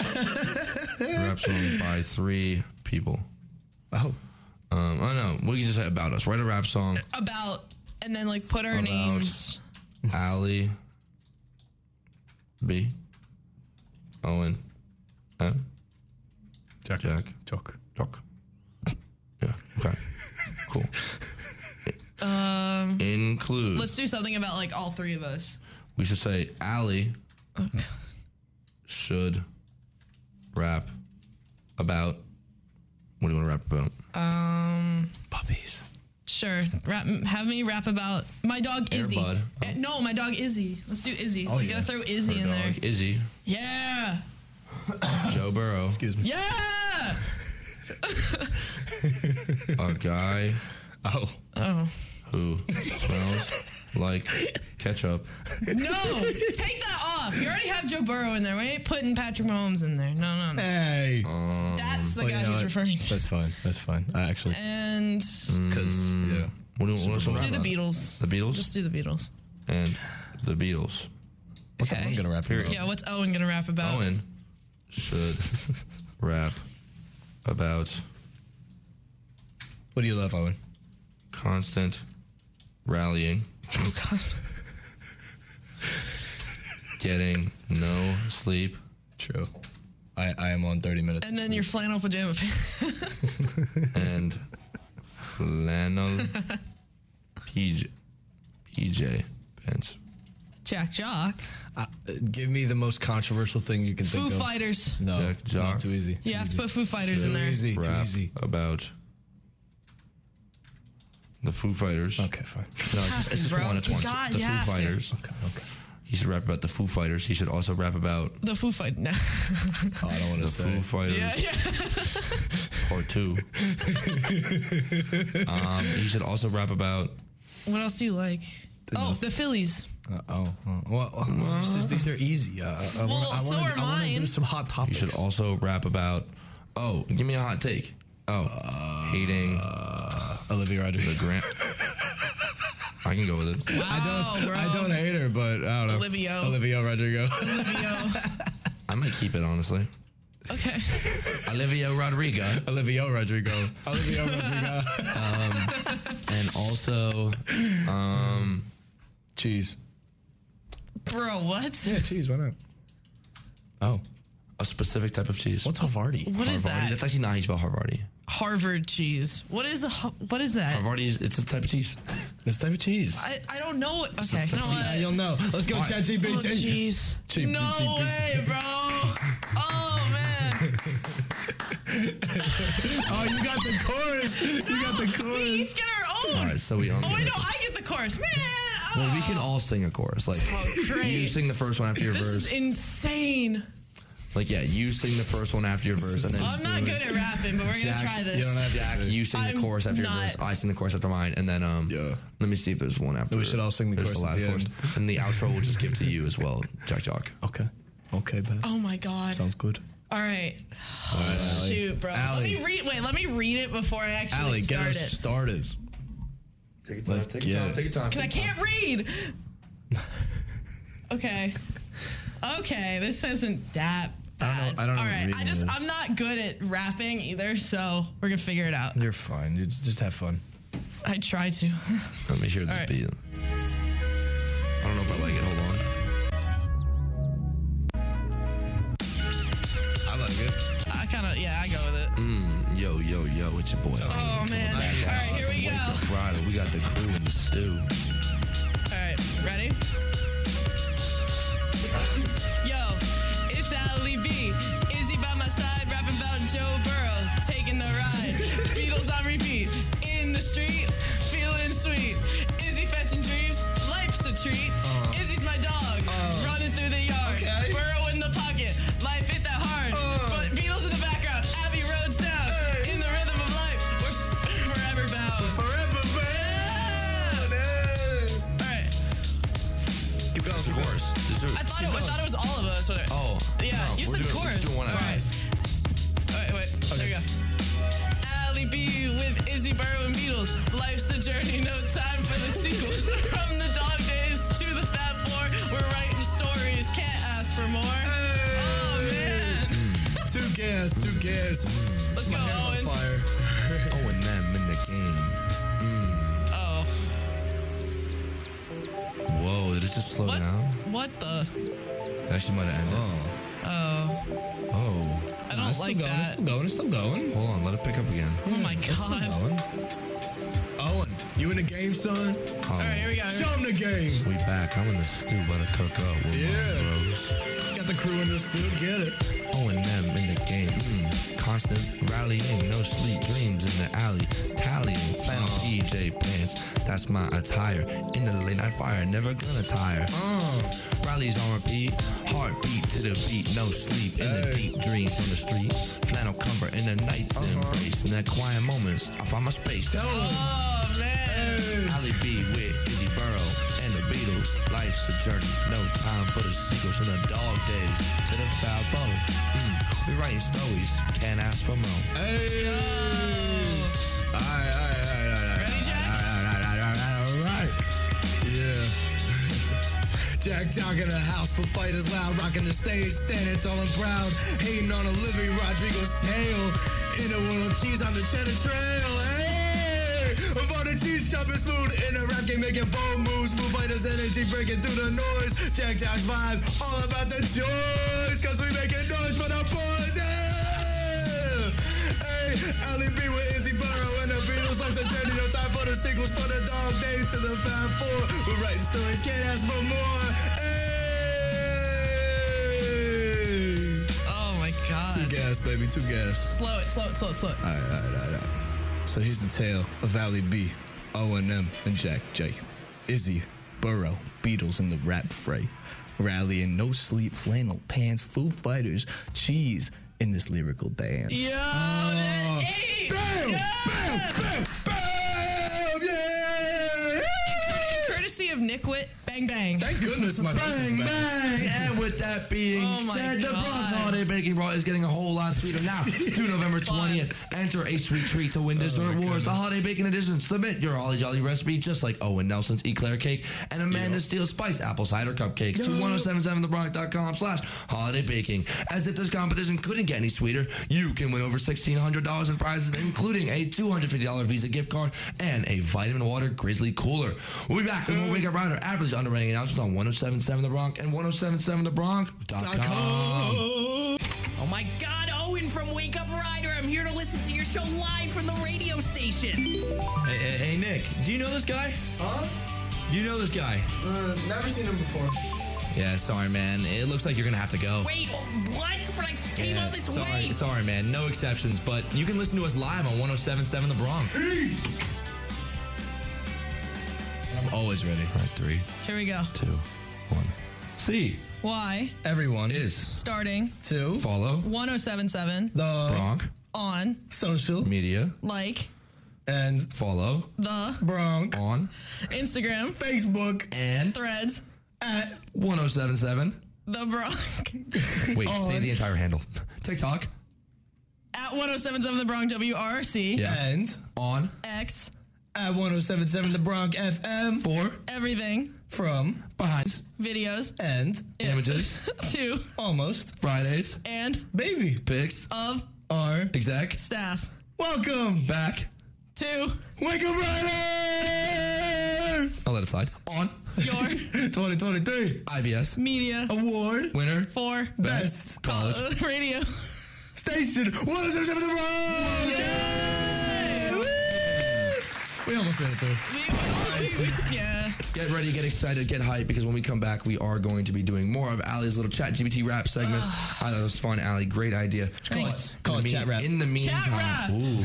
rap song by three people. Oh. Um, I don't know. We can just say about us. Write a rap song. About and then like put our About. names. Allie. B. Owen. Huh? Jack. Jack. Jock. Doc. Yeah. Okay. Cool. Um. Include. Let's do something about like all three of us. We should say Allie should rap about. What do you want to rap about? Um, Puppies. Sure. Rap, have me rap about my dog Izzy. Bud. Eh, No, my dog Izzy. Let's do Izzy. we yeah. gotta throw Izzy Her in there. dog, Izzy, Yeah. Joe Burrow, Excuse me. Yeah. a guy Oh. Oh. who smells like ketchup. No. Take that off. You already have Joe Burrow in there. We ain't putting Patrick Mahomes in there. No, no, no. Hey. That's the Well, you guy know he's what? referring to. That's fine. That's fine. I actually. And Because, yeah. What do you want to do rap the about? Beatles. The Beatles Just do the Beatles. and the Beatles. What's Okay. I'm going to rap it up. Yeah, what's Owen gonna rap about? Owen should rap about What do you love, Owen? constant rallying. Oh god. getting no sleep. True. I, I am on 30 minutes. And then your flannel pajama pants. and flannel PJ, PJ pants. Jack Jock. uh, Give me the most controversial thing you can Foo think of. Fighters. No, Jack Jock. not too easy. You have to put Foo Fighters in Too there. easy. Too Rap easy. about the Foo Fighters. Okay, fine. No, it's just, it's just Bro, one. It's you one. got- the you Foo have to. Fighters. Okay, okay. He should rap about the Foo Fighters. He should also rap about The Foo Fight. No. Oh, I don't want to the say. Foo Fighters yeah, yeah. Part Two. um, he should also rap about What else do you like? oh, the Phillies. Uh, oh, oh. well, uh, this is- these are easy. Uh, I, Well, wanna, I so wanna, are I wanna do mine. some hot You topics. should also rap about. Oh, give me a hot take. Oh, hating Olivia Rodrigo. the grant. I can go with it. Wow, Oh, bro. I don't hate her, but I don't know. Um, Olivia. Oh, Olivia Rodrigo. Olivia. I might keep it honestly. Okay. Olivia Rodrigo, Olivia Rodrigo. Olivia Rodrigo. Um, and also Cheese. Bro, what? Yeah, cheese. Why not? Oh, a specific type of cheese. what's Havarti? What is Havarti? that? That's actually not how you spell Havarti. Harvard cheese. What is a, ho- what is that? Havarti is it's a type of cheese. This type of cheese. I, I don't know. it- Okay, you know Yeah, what? you'll know. Let's go, Oh ChatGPT. jeez. Cheap, No cheap, cheap. way, bro. Oh man. Oh, you got the chorus. You got the We chorus. each get our All own. right, so we own. Oh wait, it. no, I get the chorus, man. Oh, Well, we can all sing a chorus. Like great. you sing the first one after your This verse. is insane. Like, yeah, you sing the first one after your verse, and then I'm not good at rapping, but we're Jack, gonna try this. You don't have Jack. You sing I'm the chorus after your not- verse. I sing the chorus after mine, and then um, let me see if there's one after. We should all sing the there's chorus at the chorus, and the outro we'll just give to you as well, Jack Jock. Okay. Okay, bet. Oh my god. Sounds good. All right. All right, Allie. Shoot, bro. Allie. Let me read. Wait, let me read it before I actually Allie, get start us it. started. Take your time. Let's take get your time, it. take your time. Because I can't read. okay. Okay, this isn't that. I don't know. I don't All even right, read I just this. I'm not good at rapping either, so we're gonna figure it out. You're fine. You just, just have fun. I try to. Let me hear the All right. beat. I don't know if I like it. Hold on. I like it. I kind of yeah, I go with Mm-hmm. it. Mm, yo, yo, yo, it's your boy. Oh man! All right, here we go. Rider, we got the crew in the stew. All right, ready? Yo, it's Ali B. Izzy by my side, rapping about Joe Burrow, taking the ride. Beatles on repeat, in the street, feeling sweet. Izzy fetching dreams, life's a treat. Uh. Izzy's my dog, running through the yard. Burrow in the pocket, life hit that hard. Uh. but Beatles in the background, Abbey Road sound. In the rhythm of life, we're f- forever bound. Forever bound. All right. Keep going. This is the chorus. This is- I thought it, keep I going. thought it was all of us. Whatever. Oh, yeah. no, you we're said doing- we're chorus. just doing one at a all right. time. All right. Wait. There we go. Ally B with Izzy Burrow and Beatles. Life's a journey, no time for the sequels. From the dog days to the fat floor, we're writing stories. Can't ask for more. Oh man. Two gas, two gas. Let's go, Owen. Fire. Oh, and them in the Hmm. game. Oh. Mm. Whoa, did it just slow What? down? What the? It actually might have ended. Oh. Oh. Oh. I don't like that. going, it's still going. Hold on, let it pick up again. Oh my still god. going. Owen, Oh, you in the game, son? Oh, All right. Here we go. Show him the game. We back. I'm in the stew by the cook up with Yeah. my bros. Got the crew in the studio. Get it. Oh, and them in the game. Mm. Constant rallying, no sleep, dreams in the alley. Tallying, flannel PJ pants. That's my attire. In the late night fire, never gonna tire. Uh. Rallies on repeat, heartbeat to the beat, no sleep. In the deep dreams from the street, flannel comfort in the night's embrace. In the quiet moments, I find my space. Oh man. Ally B with Izzy Burrow and the Beatles. Life's a journey, no time for the sequels from the dog days to the foul phone. Mm, we writing stories, can't ask for more. Hey. All right, all right, all right, all right, all right, Ready, Jack? all right, all right, all right, all right. Yeah. Jack Jock in the house for fighters loud, rocking the stage, standing tall and proud, hating on Olivia Rodrigo's tail. In a world of cheese on the cheddar trail. Hey! Of all the cheese chopping smooth, in a rap game making bold moves, Foo Fighters energy breaking through the noise. Jack Jock's vibe, all about the joys, cause we making noise for the boys. Yeah! Hey, Ali B with Izzy Burrow and the Beatles. Life's a journey, no time for the sequels, for the dog days to the Fab Four. We're writing stories, can't ask for more. Hey! Oh my Two god. gas, baby, two gas. Slow it. Slow it. Slow it. Slow it. All right, all right, all right. So here's the tale of Ali B, O&M, and Jack J. Izzy, Burrow, Beatles in the rap fray. Rallying no sleep, flannel pants, Foo Fighters, cheese in this lyrical dance. Yo. That's eight. Bam! Bam! Bam! Bam! Yeah! Courtesy of Nickwit. Bang bang. Thank goodness my bang, Bang! And with that being Oh my said, the Bronx God. Holiday Baking Raw is getting a whole lot sweeter now through November 20th. Enter a sweet treat to win dessert wars, the Holiday Baking Edition. Submit your Holly Jolly recipe just like Owen Nelson's Eclair Cake and Amanda Steele's Spice Apple Cider Cupcakes to 1077thebronx.com slash holiday baking. As if this competition couldn't get any sweeter, you can win over $1,600 in prizes, including a $250 Visa gift card and a vitamin water Grizzly Cooler. We'll be back with more Wake Up Rider average underwriting announcements on 1077 The Bronx and 1077thebronx.com. Oh my God, Owen from Wake Up Rider. I'm here to listen to your show live from the radio station. Hey, hey, hey, Nick, do you know this guy? Huh? Do you know this guy? Uh, never seen him before. Yeah, sorry, man. It looks like you're gonna have to go. Wait, what? But I came Yeah, all this sorry, way. sorry, man. No exceptions, but you can listen to us live on 1077 The Bronx. I'm always ready. All right, three, Here we go. two, one. C. Why? Everyone is Starting to follow 1077 the Bronx on social media like and follow the Bronx on Instagram, Facebook, and Threads at 1077. the Bronx Wait, say On- the entire handle. TikTok at 1077 the Bronx WRC and on X At 1077 The Bronx FM. For everything from behind videos and images to almost Fridays and baby pics of our exact staff Welcome back. to Wake Up Rider! I'll let it slide. On your 2023 IBS media award winner for best college uh, radio. station 1077 The Bronx! Woo! We almost made it through. yeah. Get ready, get excited, get hyped because when we come back, we are going to be doing more of Ali's little chat GBT rap segments. I thought it was fun, Ali. Great idea. Call it, call it In the chat mean- rap. In the meantime, rap. Ooh.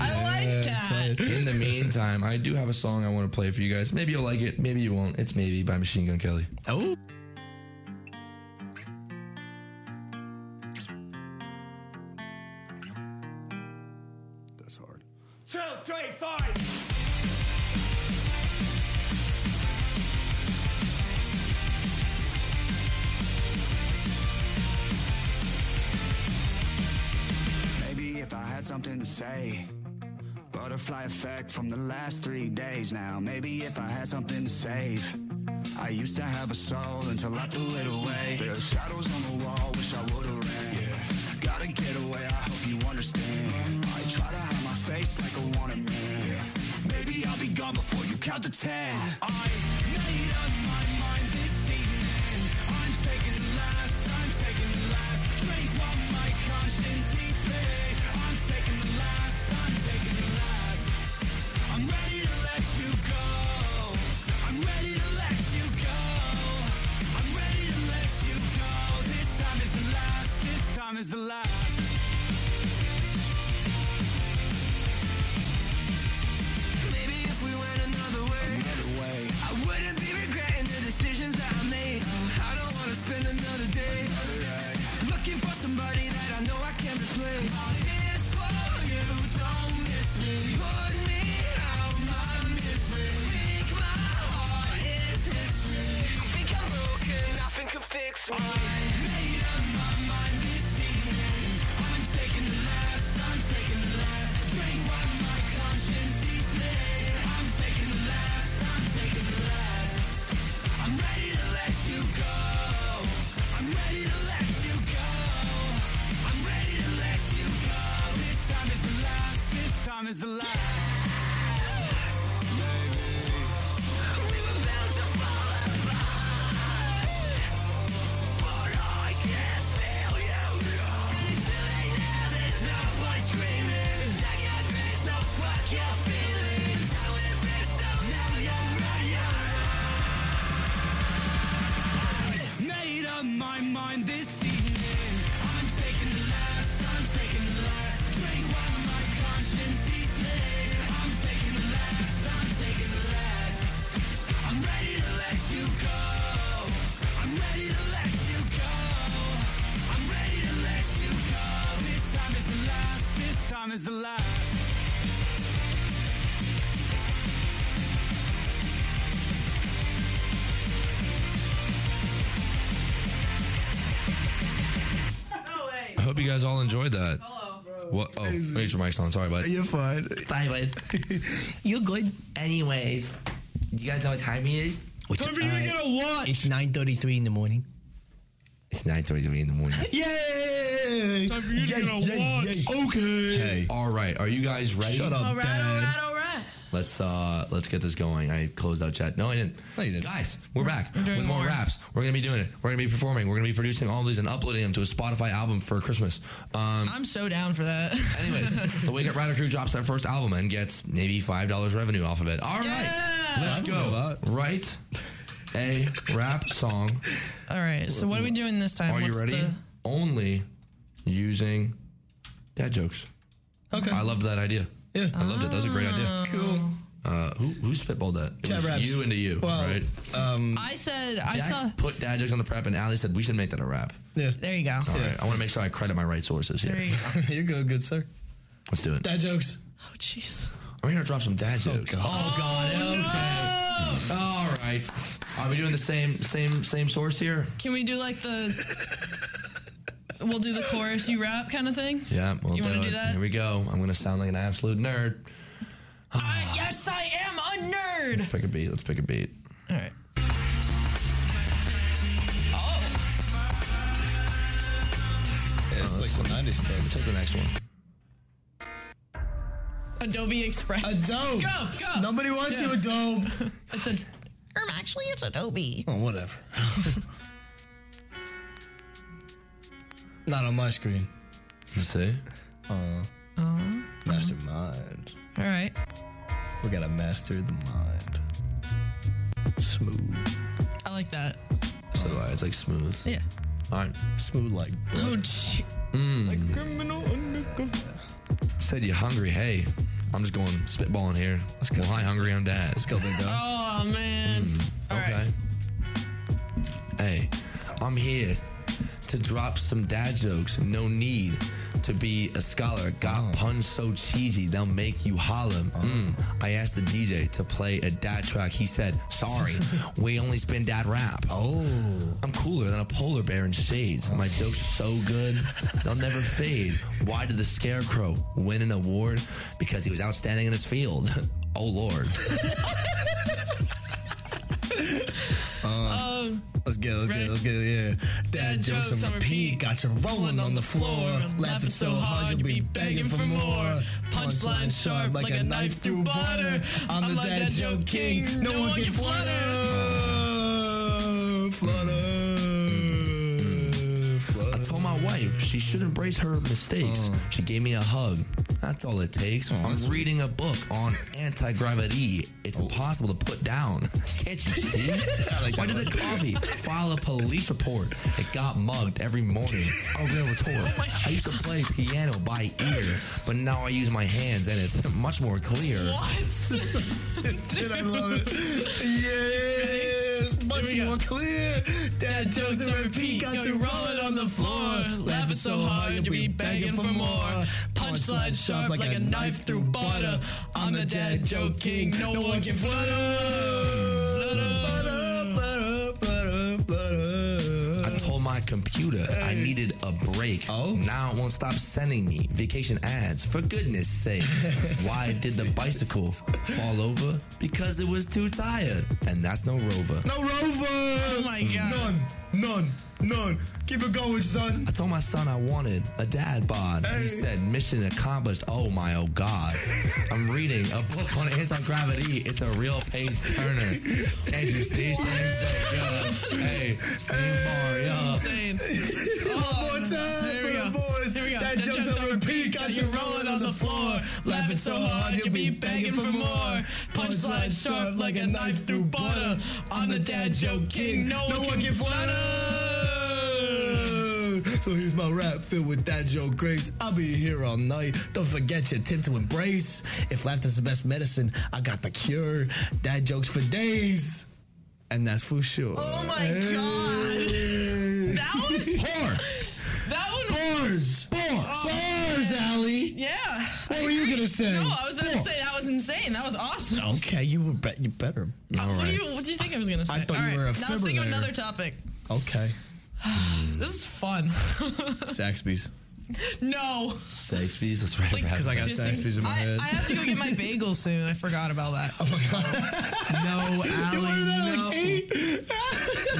I like that. in the meantime, I do have a song I want to play for you guys. Maybe you'll like it, maybe you won't. It's maybe by Machine Gun Kelly. Oh. That's hard. Two, three, five. Maybe if I had something to say. Butterfly effect from the last three days now. Maybe if I had something to save. I used to have a soul until I threw it away. There's shadows on the wall, wish I would've ran. Yeah. Gotta get away, I hope you understand. I try to hide my face like a wanted man. Yeah. Maybe I'll be gone before you count to ten. I made up my mind this evening. I'm taking the last, I'm taking the last. Drink while my conscience eats me. I'm taking the last, I'm taking the last. I'm ready to let you go. I'm ready to let you go. I'm ready to let you go. This time is the last, this time is the last. Maybe if we went another way, I wouldn't be regretting the decisions that I made. I don't wanna spend another day looking for somebody that I know I can replace. This for you, don't miss me. Put me out my misery. Think my heart is history. Think I'm broken, nothing can fix me. Made up my mind this evening. I'm taking the last, I'm taking the last. Drink while my conscience eats me. I'm taking the last, I'm taking the last. I'm ready to let you go. I'm ready to let you go. I'm ready to let you go. This time is the last, this time is the last. Maybe we were built to fall apart. But I can't feel you now. It's too late now, there's no point screaming. Take your grace, so fuck your feelings. Now we're friends, so now you're right, you're right. Made up my mind this evening. I'm taking the last, I'm taking the last. Drink while my conscience eats me. I'm taking the last, I'm taking the last. I'm ready to let you go. I'm ready to let you go. I'm ready to let you go. This time is the last. This time is the last. I hope you guys all enjoyed that. What? Oh, make sure mic's on. Sorry, bud. You're fine. Sorry, bud. You're good. Anyway, you guys know what time it is? Time for you to get a watch. It's 9.33 in the morning. It's 9.33 in the morning. uh, Yay! Time for you to get a watch. Okay. Hey. All right. Are you guys ready? Shut up, All right, Dad. all right, all right. Let's uh let's get this going. I closed out chat. No, I didn't. No, you didn't. Guys, we're back doing with more, more. raps. We're gonna be doing it. We're gonna be performing. We're gonna be producing all these and uploading them to a Spotify album for Christmas. Um, I'm so down for that. anyways, the Wake Up Rider Crew drops their first album and gets maybe five dollars revenue off of it. All right, let's go. Right, a rap song. All right. So what are we doing this time? Are you What's ready? the- Only using dad jokes. Okay. Oh. I loved that idea. Yeah, I loved it. That was a great idea. Cool. Uh, who who spitballed that? It Jab was raps. you into you, Well, right? Um, I said I Jack saw. put dad jokes on the prep, and Ali said we should make that a rap. Yeah. There you go. All right, I want to make sure I credit my right sources here. There you go. You're good, good sir. Let's do it. Dad jokes. Oh jeez. Are we gonna drop some dad jokes? Oh god. okay. All right. Are we doing the same same same source here? Can we do like the? we'll do the chorus, you rap kind of thing. Yeah. We'll You wanna do, do it. that? Here we go. I'm gonna sound like an absolute nerd. I, yes, I am a nerd. Let's pick a beat. Let's pick a beat. All right. it's like some 90s stuff. Take the next one. Adobe Express. Adobe. Go, go. Nobody wants you, Adobe. it's a. Um, actually, it's Adobe. Oh, whatever. Not on my screen. Let's see. Uh-huh. Oh. Oh. Mastermind. All right. We gotta master the mind. Smooth. I like that. So do I. It's like smooth. Yeah. All right. Smooth like. Oh, gee. Mm. A criminal undercover. Said you hungry? Hey, I'm just going spitballing here. Let's go. Well, hi, hungry. I'm dad. Let's go, big dog. Oh man. okay. Hey, I'm here to drop some dad jokes. No need to be a scholar. Got puns so cheesy they'll make you holler. Mm. I asked the DJ to play a dad track. He said, "Sorry, we only spin dad rap." Oh, I'm cooler than a polar bear in shades. My jokes are so good they'll never fade. Why did the scarecrow win an award? Because he was outstanding in his field. oh Lord. Uh, let's get it, let's get it, let's get it, yeah. Dad, jokes, on repeat, got you rolling on the floor. Laughing so hard, you'll be begging for more. Punchline sharp like a knife through butter. I'm the dad joke king, no one can flutter. Flutter. Uh. I told my wife she should embrace her mistakes. She gave me a hug. That's all it takes. Oh, I'm reading a book on anti gravity. Oh. It's impossible to put down. Can't you see? Why did the coffee file a police report? It got mugged every morning. I'll get a Oh retort. I used to play piano by ear, but now I use my hands and it's much more clear. Dude, I love it. Yes, much more clear. Dad jokes and repeat got you rolling on the floor. Laughing so hard you'll be begging for more. Punchline sharp like a knife through butter. I'm the dad joke king, no one can flutter. Flutter, Uh, flutter, flutter, flutter. I told my computer I needed a break. Oh. Now it won't stop sending me vacation ads. For goodness sake. Why did the bicycle fall over? Because it was too tired. And that's no rover. No rover. Oh my Mm. god. None, none, none. Keep it going, son. I told my son I wanted a dad bod. He said, Mission accomplished. Oh my, oh God. I'm reading a book on anti gravity. It's a real page turner. Can't you see? Seems so good. Hey, same bar, yo. Insane. One more time There we for go. the boys. Here we go. That jumps over a peak, got you rolling on the floor. Laughing so hard, you'll be begging for more. Punchline sharp like a knife through butter. I'm the dad joke king, no one can flatter. So here's my rap filled with dad joke grace. I'll be here all night. Don't forget your tip to embrace. If laughter's the best medicine, I got the cure. Dad jokes for days. And that's for sure. Oh my god. That one. Whore. That one. Bars. Bars. Bars, Allie. Yeah. What were you gonna say? No, I was gonna Bars. say that was insane. That was awesome. Okay, you were bet you better. All What do you What do you think I was gonna say? I thought you were a Now let's think of fibrillator. another topic. Okay. This is fun. Saxby's. no. Saxby's. That's right. Because I got Saxby's in my I, head. I have to go get my bagel soon. I forgot about that. Oh my No, You Allie, ordered that at, no. like eight.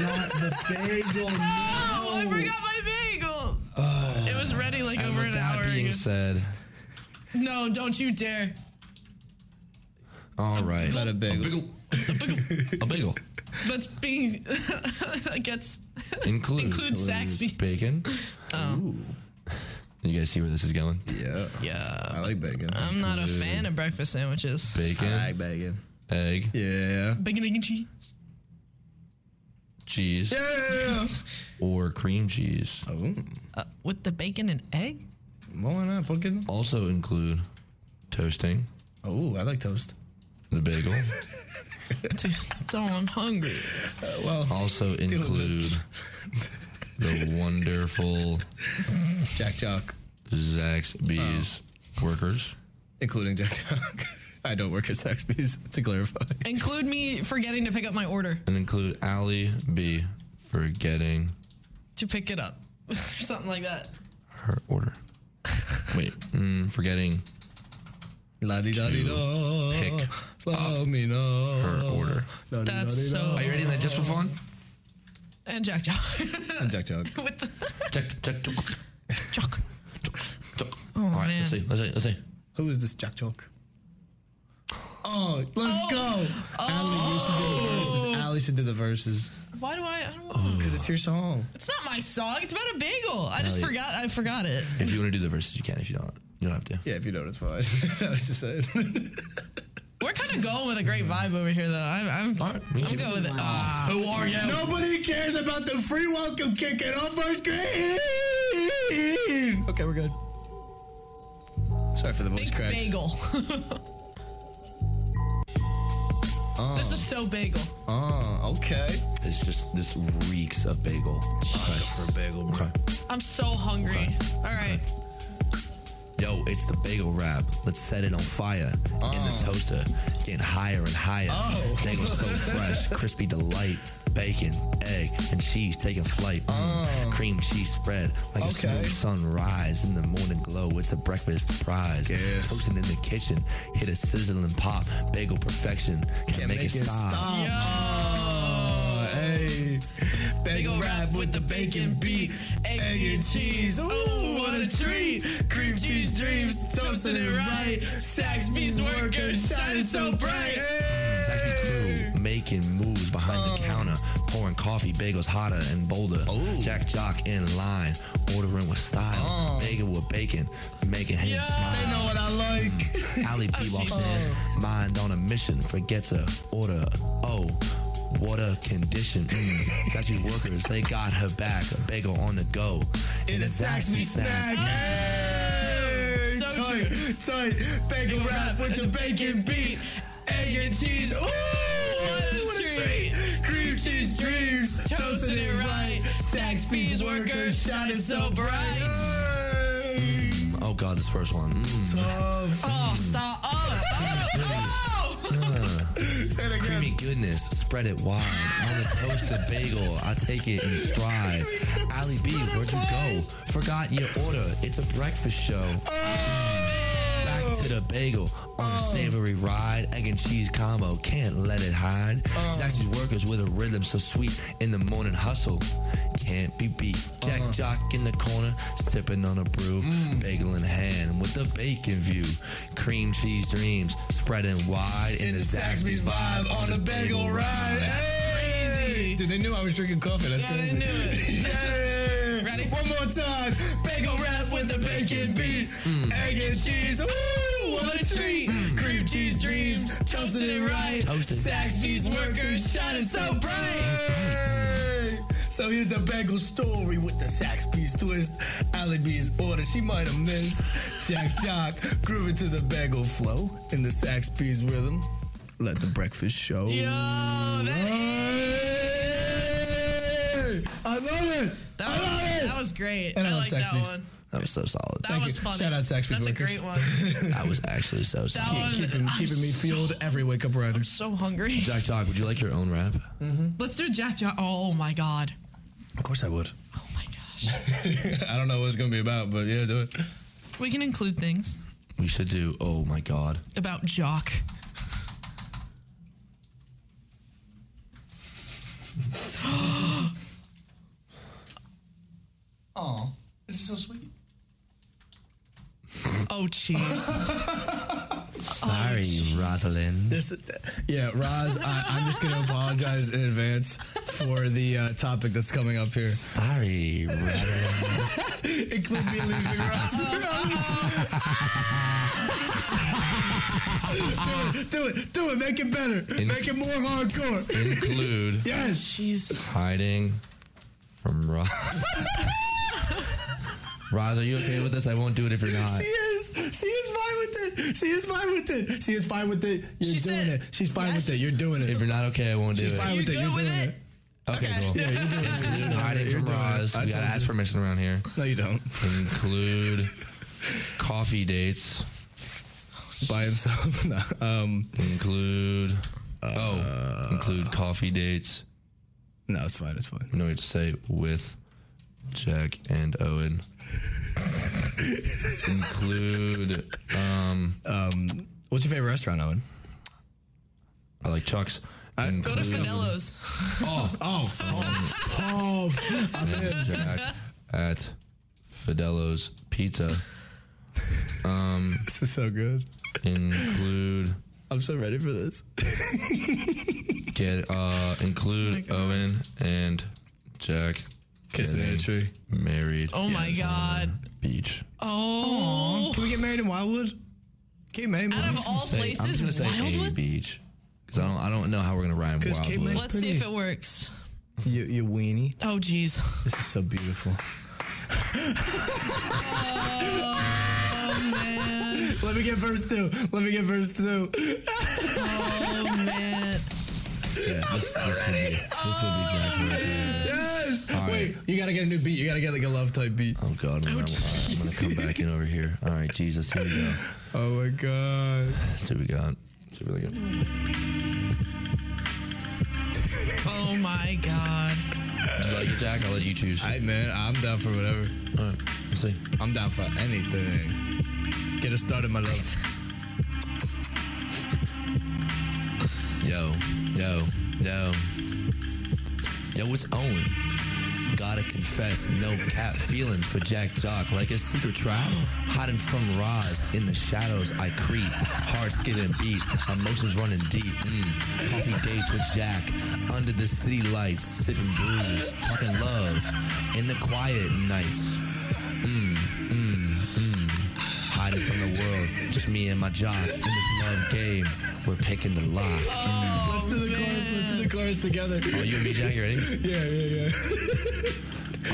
Not the bagel. I forgot my bagel. it was ready like over an hour That being ago. said, No, don't you dare. all right. Not a bagel. A bagel That's being that gets includes includes Saxby. bacon. Oh. You guys see where this is going? Yeah. Yeah. I like bacon. I'm not a fan of breakfast sandwiches. Bacon, I like bacon. egg, Yeah. Bacon, egg, and cheese. cheese, Yeah. or cream cheese. Oh. Uh, with the bacon and egg? uh, Well, why not? Pumpkin? Also include toasting, Oh, I like toast. The bagel. Dude, so I'm hungry. Oh, well, also include the wonderful Jack Jock. Zaxby's Oh. workers. Including Jack Jock. I don't work at Zaxby's, to clarify. Include me forgetting to pick up my order Mm. And include Allie B for getting to pick it up or something like that. her order. Wait, mm, forgetting La di da di da. Pick Slow me no. her order. That's so. Are you ready? That just for fun? And Jack Jack. Jack Jock. With the, Jack, Jack, Jack. oh All right, let's see. Let's see. Let's see. Who is this Jack Jock? Oh, let's go. Oh. Ali should do the verses. Why do I? I don't want, Because it's your song. It's not my song. It's about a bagel. I just Elliot. forgot. I forgot it. If you want to do the verses, you can. If you don't, you don't have to. Yeah, if you don't, it's fine. I was just saying. We're kind of going with a great vibe over here, though. I'm, I'm, I'm going with it. Ah. Who are you? Nobody cares about the free welcome kick in on first grade. Okay, we're good. Sorry for the voice Big cracks. bagel. Oh, This is so bagel. oh, okay. It's just this reeks of bagel. For a bagel, bro. Okay. I'm so hungry. All right. Yo, it's the bagel wrap. Let's set it on fire in the toaster, getting higher and higher. Oh. Bagel so fresh, crispy delight. Bacon, egg, and cheese taking flight. Mm. Cream cheese spread like a Oh. Okay. smooth sunrise in the morning glow. It's a breakfast prize. Yes. Toasting in the kitchen, hit a sizzling pop. Bagel perfection can Can't make, it, stop. Oh, hey. Bagel wrap with the bacon beat. Egg, and cheese. Ooh, what a treat. Cream cheese dreams, toasting it right. Saxby's workers shining so bright. Zaxby crew making moves behind the Oh. counter, pouring coffee bagels hotter and bolder. Jack Jock in line, ordering with style. Bagel with bacon, making him Oh. They know smile. what I like. Ali B walks in, mind on a mission, forgets a order. Oh. Water condition. Mm. Zaxby workers, they got her back. A bagel on the go. In a Saxby snack. Hey, So tight, tight. Bagel wrap with the bacon beat. Egg and cheese. Ooh, what a treat. Cream cheese dreams. Toasting it right. Saxby's workers shining so bright. Mm, Oh god, this first one. Mm. Oh, stop. Oh, oh, oh. Creamy goodness, spread it wide. On a toasted bagel, I take it in stride. Ali B, where'd you go? Forgot your order. It's a breakfast show. Mm. Back to the bagel on a savory ride. Egg and cheese combo, can't let it hide. Zaxby's workers with a rhythm so sweet in the morning hustle. Can't be beat. Jack Jock in the corner, sipping on a brew. Bagel in hand with a bacon view. Cream cheese dreams, spreading wide in, In the Saxby's vibe on the bagel ride. That's crazy. Dude, they knew I was drinking coffee. That's Yeah, they crazy. knew it. Yeah. Ready? One more time. Bagel wrap with the bacon beat. Egg and cheese. Ooh, what a treat. Cream cheese dreams. Toasted it right. Toasted. Saxby's workers shining so bright. So here's the bagel story with the Saxby's twist. Ally B's order she might have missed. Jack Jock grooving to the bagel flow in the Saxby's rhythm. Let the breakfast show. Yo, that, Hey! I love it. that, I love was, it. that was great. And I I love like that Saxby's. one. That was so solid. That That, was you. funny. Shout out Saxby's That's workers. a great one. was actually so That solid. one. keeping I'm keeping me so- fueled every wake up rider. So hungry. Jack Jock, would you like your own rap? Let's do a Jack Jack. Oh my god. Of course I would. Oh my gosh. I don't know what it's gonna be about, but yeah, do it. We can include things We should do. Oh my god. about Jock. Oh, this is so sweet. Oh jeez. Sorry, Rosalind. This, yeah, Roz, I, I'm just gonna apologize in advance for the uh, topic that's coming up here. Sorry, Rosalind. Include me leaving Roz. do it, do it, do it. Make it better. Make it more hardcore. Include Yes. Jeez. hiding from Roz. Roz, are you okay with this? I won't do it if you're not. She is. She is fine with it. She is fine with it. She is fine with it. You're doing it. She's fine with it. You're doing it. If you're not okay, I won't She's do it. fine with it. You're doing it. Okay, cool. Yeah, you're doing it. You're doing Hiding it. You're from doing it. Roz. I We gotta told ask you. permission around here. No, you don't. Include coffee dates. By himself. No, um, include. oh, include coffee dates. No, it's fine. It's fine. You know what to say with Jack and Owen. include. Um, um, what's your favorite restaurant, Owen? I like Chuck's. Go to Include- Fidelo's. Oh, oh, oh, I'm in. Jack at Fidelo's Pizza. Um, this is so good. Include I'm so ready for this. get uh Oh include Owen and Jack Kissing in a getting tree. married. Oh my on God. the Beach. Oh. Can we get married in Wildwood? Cape May. Out of all Say- I'm places, gonna say a Wildwood. beach because I don't I don't know how we're gonna rhyme 'Cause Cape Wildwood. May's Let's see if pretty. it works. You, you weenie. Oh, jeez. This is so beautiful. Oh man. Let me get verse two. Let me get verse two. Oh man. Yeah, this, this would be, this would be Jack's version. Yes. Ah. All Wait, you gotta get a new beat. You gotta get like a love type beat. Oh God, I'm, gonna, I'm gonna come back in over here. All right, Jesus, here we go. Oh my god. Let's see what we got. Let's see what we got. Oh my god. Do you like it, Jack? I'll let you choose. Hey man, I'm down for whatever. All right, let's see. I'm down for anything. Get us started, my love. Yo, yo, yo. Yo, it's Owen. Gotta confess, no cap feelings for Jack Jock. Like a secret trap, hiding from Roz. In the shadows, I creep. Heart skipping beats, emotions running deep. Mm. Coffee dates with Jack. Under the city lights, sipping brews, talking love. In the quiet nights. Mm, mm, mm. Hiding from the world, just me and my jock. In this love game, we're picking the lock. Mm. Oh, Let's do the chorus. Let's do the chorus together. Oh, you and me, Jack, you ready? Yeah, yeah, yeah.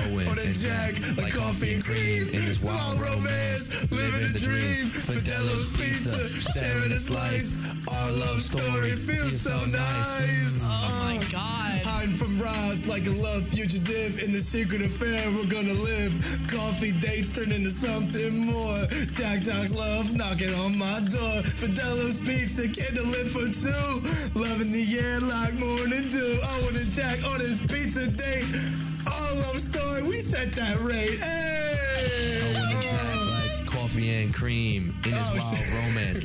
Owen On a and Jack, a coffee and cream. in this Wild wild romance, living the dream. Fidelo's pizza, sharing a slice. Our love story feels so nice. Mm. Oh my god. Hiding from Roz like a love fugitive. In the secret affair, we're gonna live. Coffee dates turn into something more. Jack Jock's love knocking on my door. Fidelo's pizza, candlelit for two. Loving the air like morning dew. Owen and Jack on his pizza date. Our love story, we set that rate. Hey! Owen and Jack like coffee and cream in this Oh, wild shit. romance,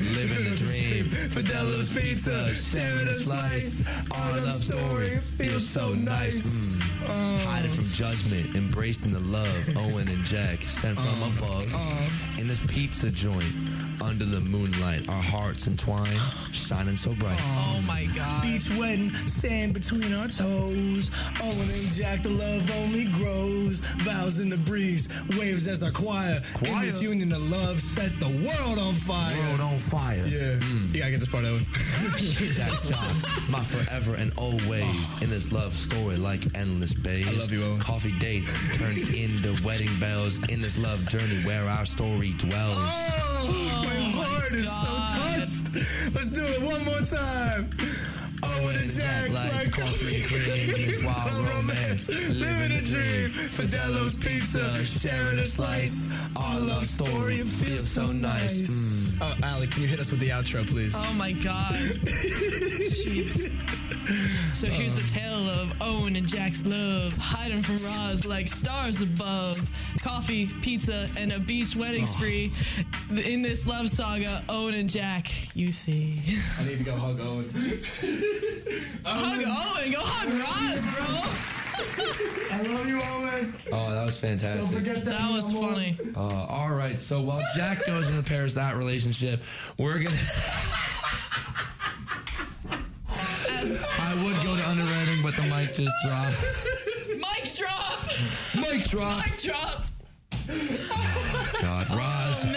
living the dream. Fidelo's pizza, sharing a slice. Our love story feels so nice. Mm. Hiding from judgment, embracing the love. Owen and Jack sent from Um, above. In this pizza joint, under the moonlight, our hearts entwined, shining so bright. Um, Oh my god. Beach wedding, sand between our toes. Owen and Jack, the love only grows. Vows in the breeze, waves as our choir. In Choir? this union of love, set the world on Mm. fire. World on fire. yeah, you gotta get this part, Owen. Jack Johns, my forever and always in this love story like endless bays. I love you, Owen. Coffee dates turning into wedding bells in this love journey where our story dwells. Oh, my heart is God. so touched. Let's do it one more time. Owen and Jack, Like like coffee and cream in this wild romance. Living a dream, Fidelo's pizza, sharing a slice. Our love story, it feels so nice. Oh, Ali, can you hit us with the outro, please? Oh my god. Jeez. So here's the tale of Owen and Jack's love, hiding from Roz like stars above. Coffee, pizza, and a beach wedding spree. In this love saga, Owen and Jack, you see. I need to go hug Owen. Hug Owen, go hug Roz, bro. I love you, Owen. Oh, that was Don't fantastic. forget that. That was anymore. funny. Uh, all right, so while Jack goes and repairs that relationship, we're gonna. I would go to underwriting, but the mic just dropped. Mic drop! Mic drop. Mic drop! God, Roz, Oh,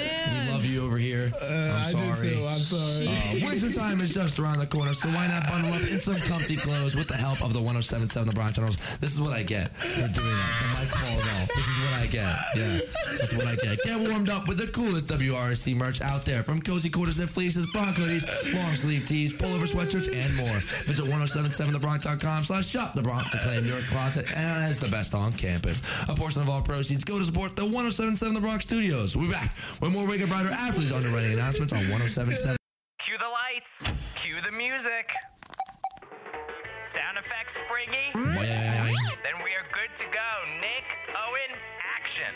we love you over here. Uh, I I'm do sorry. too, I'm sorry. Uh, winter time is just around the corner, so why not bundle up in some comfy clothes with the help of the 1077 The Bronx Tunnels? This is what I get for doing that. The mic falls off. This is what I get. Yeah, this is what I get. Get warmed up with the coolest WRSC merch out there from cozy quarters and fleeces, Bronco hoodies, long sleeve tees, pullover sweatshirts, and more. Visit 1077thebronx.com slash shop the Bronx to claim your closet as the best on campus. A portion of all proceeds go to support the 1077 The Bronx Studios. We'll be back with more Wake Up Rider after these underwriting announcements on 1077. Cue the lights. Cue the music. Sound effects springy. Then we are good to go. Nick, Owen, action.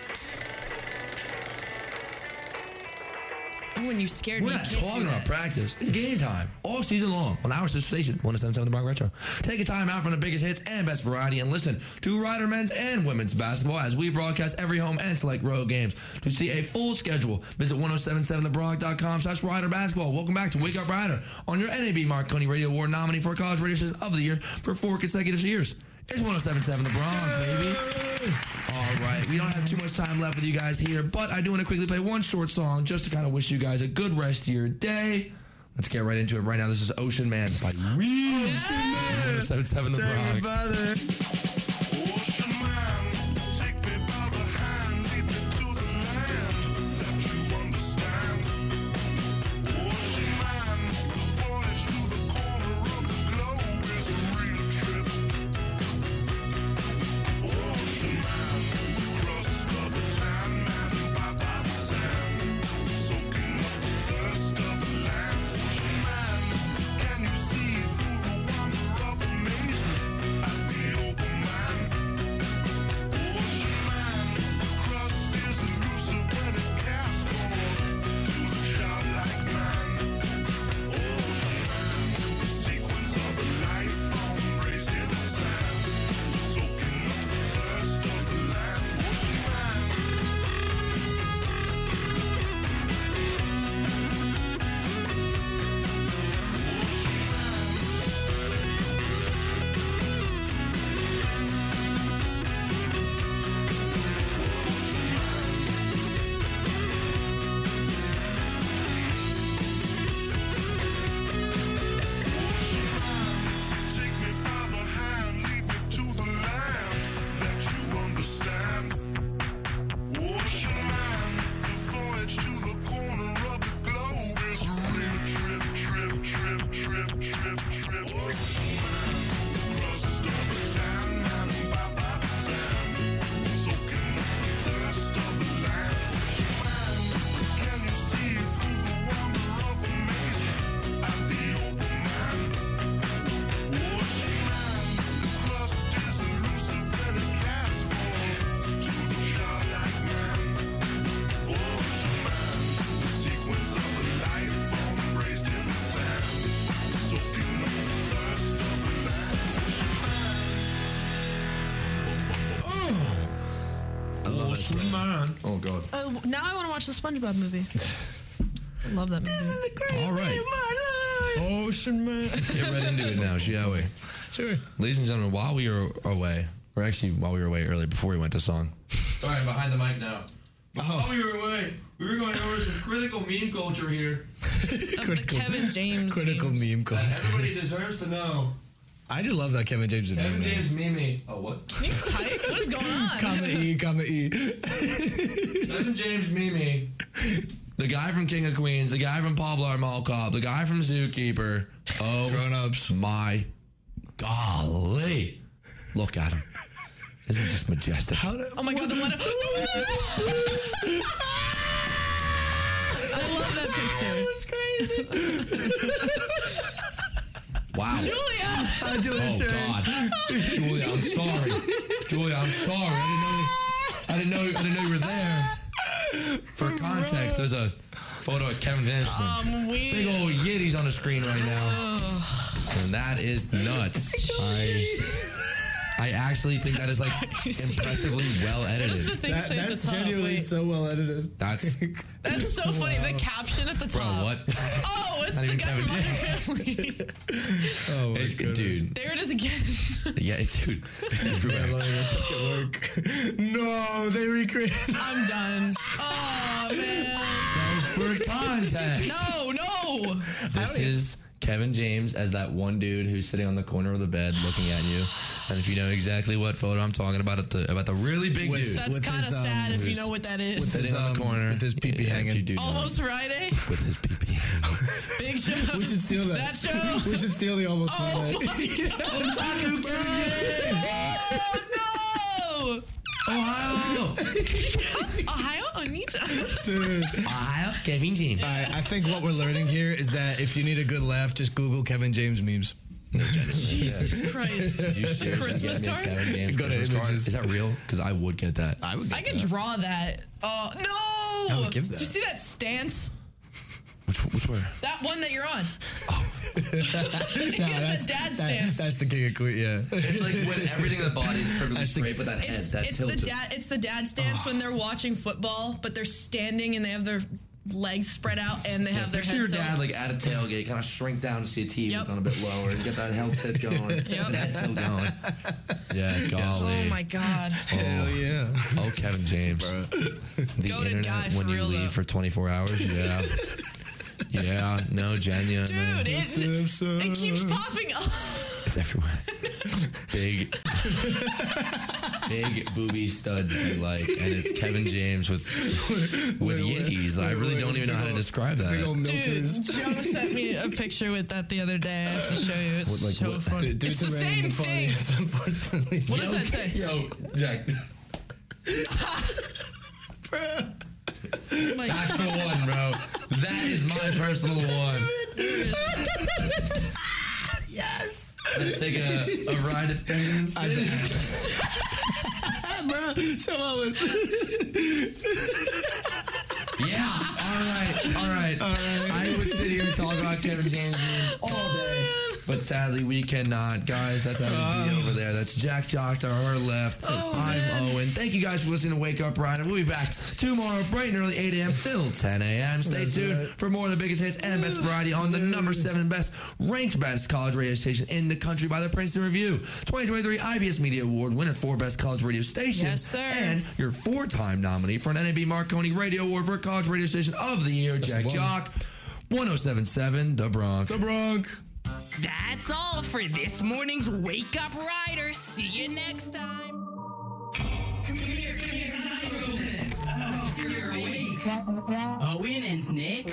Oh, and you scared We're me. not You can't do talking about that. practice. It's game time all season long on our sister station, 1077 The Bronx Retro. Take a time out from the biggest hits and best variety and listen to Rider men's and women's basketball as we broadcast every home and select road games. To see a full schedule, visit 1077thebronx.com slash Rider Basketball. Welcome back to Wake Up Rider on your NAB Marconi Radio Award nominee for College Radio Station of the Year for four consecutive years. It's 1077 The Bronx, baby. All right, we don't have too much time left with you guys here, but I do want to quickly play one short song just to kind of wish you guys a good rest of your day. Let's get right into it right now. This is Ocean Man by Reeves. 1077 The Bronx. Ocean Man. Oh, God. Oh, now I want to watch the SpongeBob movie. I love that movie. This is the greatest All right. day Ocean Man. Let's get right into it now, shall we? Sure. Ladies and gentlemen, while we were away, or actually while we were away earlier before we went to song. Oh. All right, behind the mic now. While we were away, we were going over some critical meme culture here. critical, Kevin James. Critical meme culture. Everybody deserves to know. I just love that Kevin James is a Kevin meme. now. James Mimi. Oh, what? what is going on? Comma E, comma E. Kevin James Mimi. The guy from King of Queens, the guy from Pablo Mall Cop, the guy from Zookeeper. Oh, grown ups. My golly. Look at him. Isn't he just majestic? How Oh my god, the one. I love that picture. That's crazy. wow. Julia. I do Oh God, Julia, I'm sorry. Julia, I'm sorry. I didn't know. I didn't know. I didn't know you were there. For context, there's a photo of Kevin Anderson. Um, we- Big old Yiddies on the screen right now, and that is nuts. I I actually think that is like impressively well edited. thing That- say at that's the top? genuinely Wait. so well edited. That's That's so funny. The caption at the bro. top. What? Oh, it's Not the even guy from Kevin Modern Family. Oh my dude. there it is again. Yeah, it's, dude, it's everywhere. no, they recreated. I'm done. Oh man. For context. No, Oh, no. This is Kevin James as that one dude who's sitting on the corner of the bed looking at you. And if you know exactly what photo I'm talking about, at the, about the really big With- dude. That's with kinda his, um, sad if you who's know what that is. with sitting his, on the corner. um, With his peepee hanging. Oh, Almost Friday. With his peepee. Big show. We should steal that. That show. We should steal the almost. Oh Friday. my god. Oh no. Ohio. Ohio Onita. Dude. Ohio, Kevin James. I think what we're learning here is that if you need a good laugh, just Google Kevin James memes. Jesus Christ. Did you A seriously Christmas get me a card? Kevin James Go to Christmas card? images. Is that real? Because I would get that. I would I could draw that. Oh no! I would give that. Did you see that stance? Which, which where? Oh. That one that you're on. No, that's, dad stance. that's the king of queen. Yeah, It's like when everything in the body is perfectly straight, but that head, It's, that it's the tilt. dad. It's the dad stance when they're watching football, but they're standing and they have their legs spread out and they have their Picture head. your tilted. dad like at a tailgate, kind of shrink down to see a TV Yep. down a bit lower, and get that hell tit going, Yep. that tilt going. Yeah, golly. oh my god. Hell yeah. Oh, Kevin James. the Goated internet guy, for when you real, leave though. for 24 hours. Yeah. yeah. No, Jenya. no. Dude, it, it keeps popping up. It's everywhere. big, big booby stud you like, and it's Kevin James with with yitties. I really don't even know how to describe that. Dude, Joe sent me a picture with that the other day. I have to show you. It's What, like, so what? funny. Dude, it's the same thing. Unfortunately, What does that say? Yo, Jack. my That's the one, bro. That is my personal one. yes. I'm taking a, a ride at things. Bro, show up yeah. All right. All right. All right. I would sit here and talk about Kevin James memes all day. But sadly, we cannot. Guys, that's how it be over there. That's Jack Jock to her left. I'm Owen. Thank you guys for listening to Wake Up Ryan. We'll be back tomorrow, bright and early, 8 a.m. till 10 a.m. Stay tuned for more of the biggest hits and best variety on the number seven best, ranked best college radio station in the country by the Princeton Review. 2023 IBS Media Award winner for Best College Radio Station. Yes, sir. And your four time nominee for an NAB Marconi Radio Award for College Radio Station of the Year, Jack the one. Jock. 1077 The Bronx. The Bronx. That's all for this morning's Wake Up Rider. See you next time. Come here, come here, Oh, you're awake. Owen and Nick.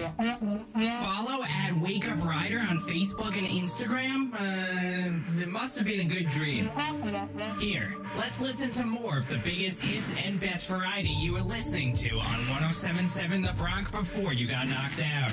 Follow at Wake Up Rider on Facebook and Instagram. Uh, it must have been a good dream. Here, let's listen to more of the biggest hits and best oh variety you were listening to on 1077 The Bronx before you got knocked out.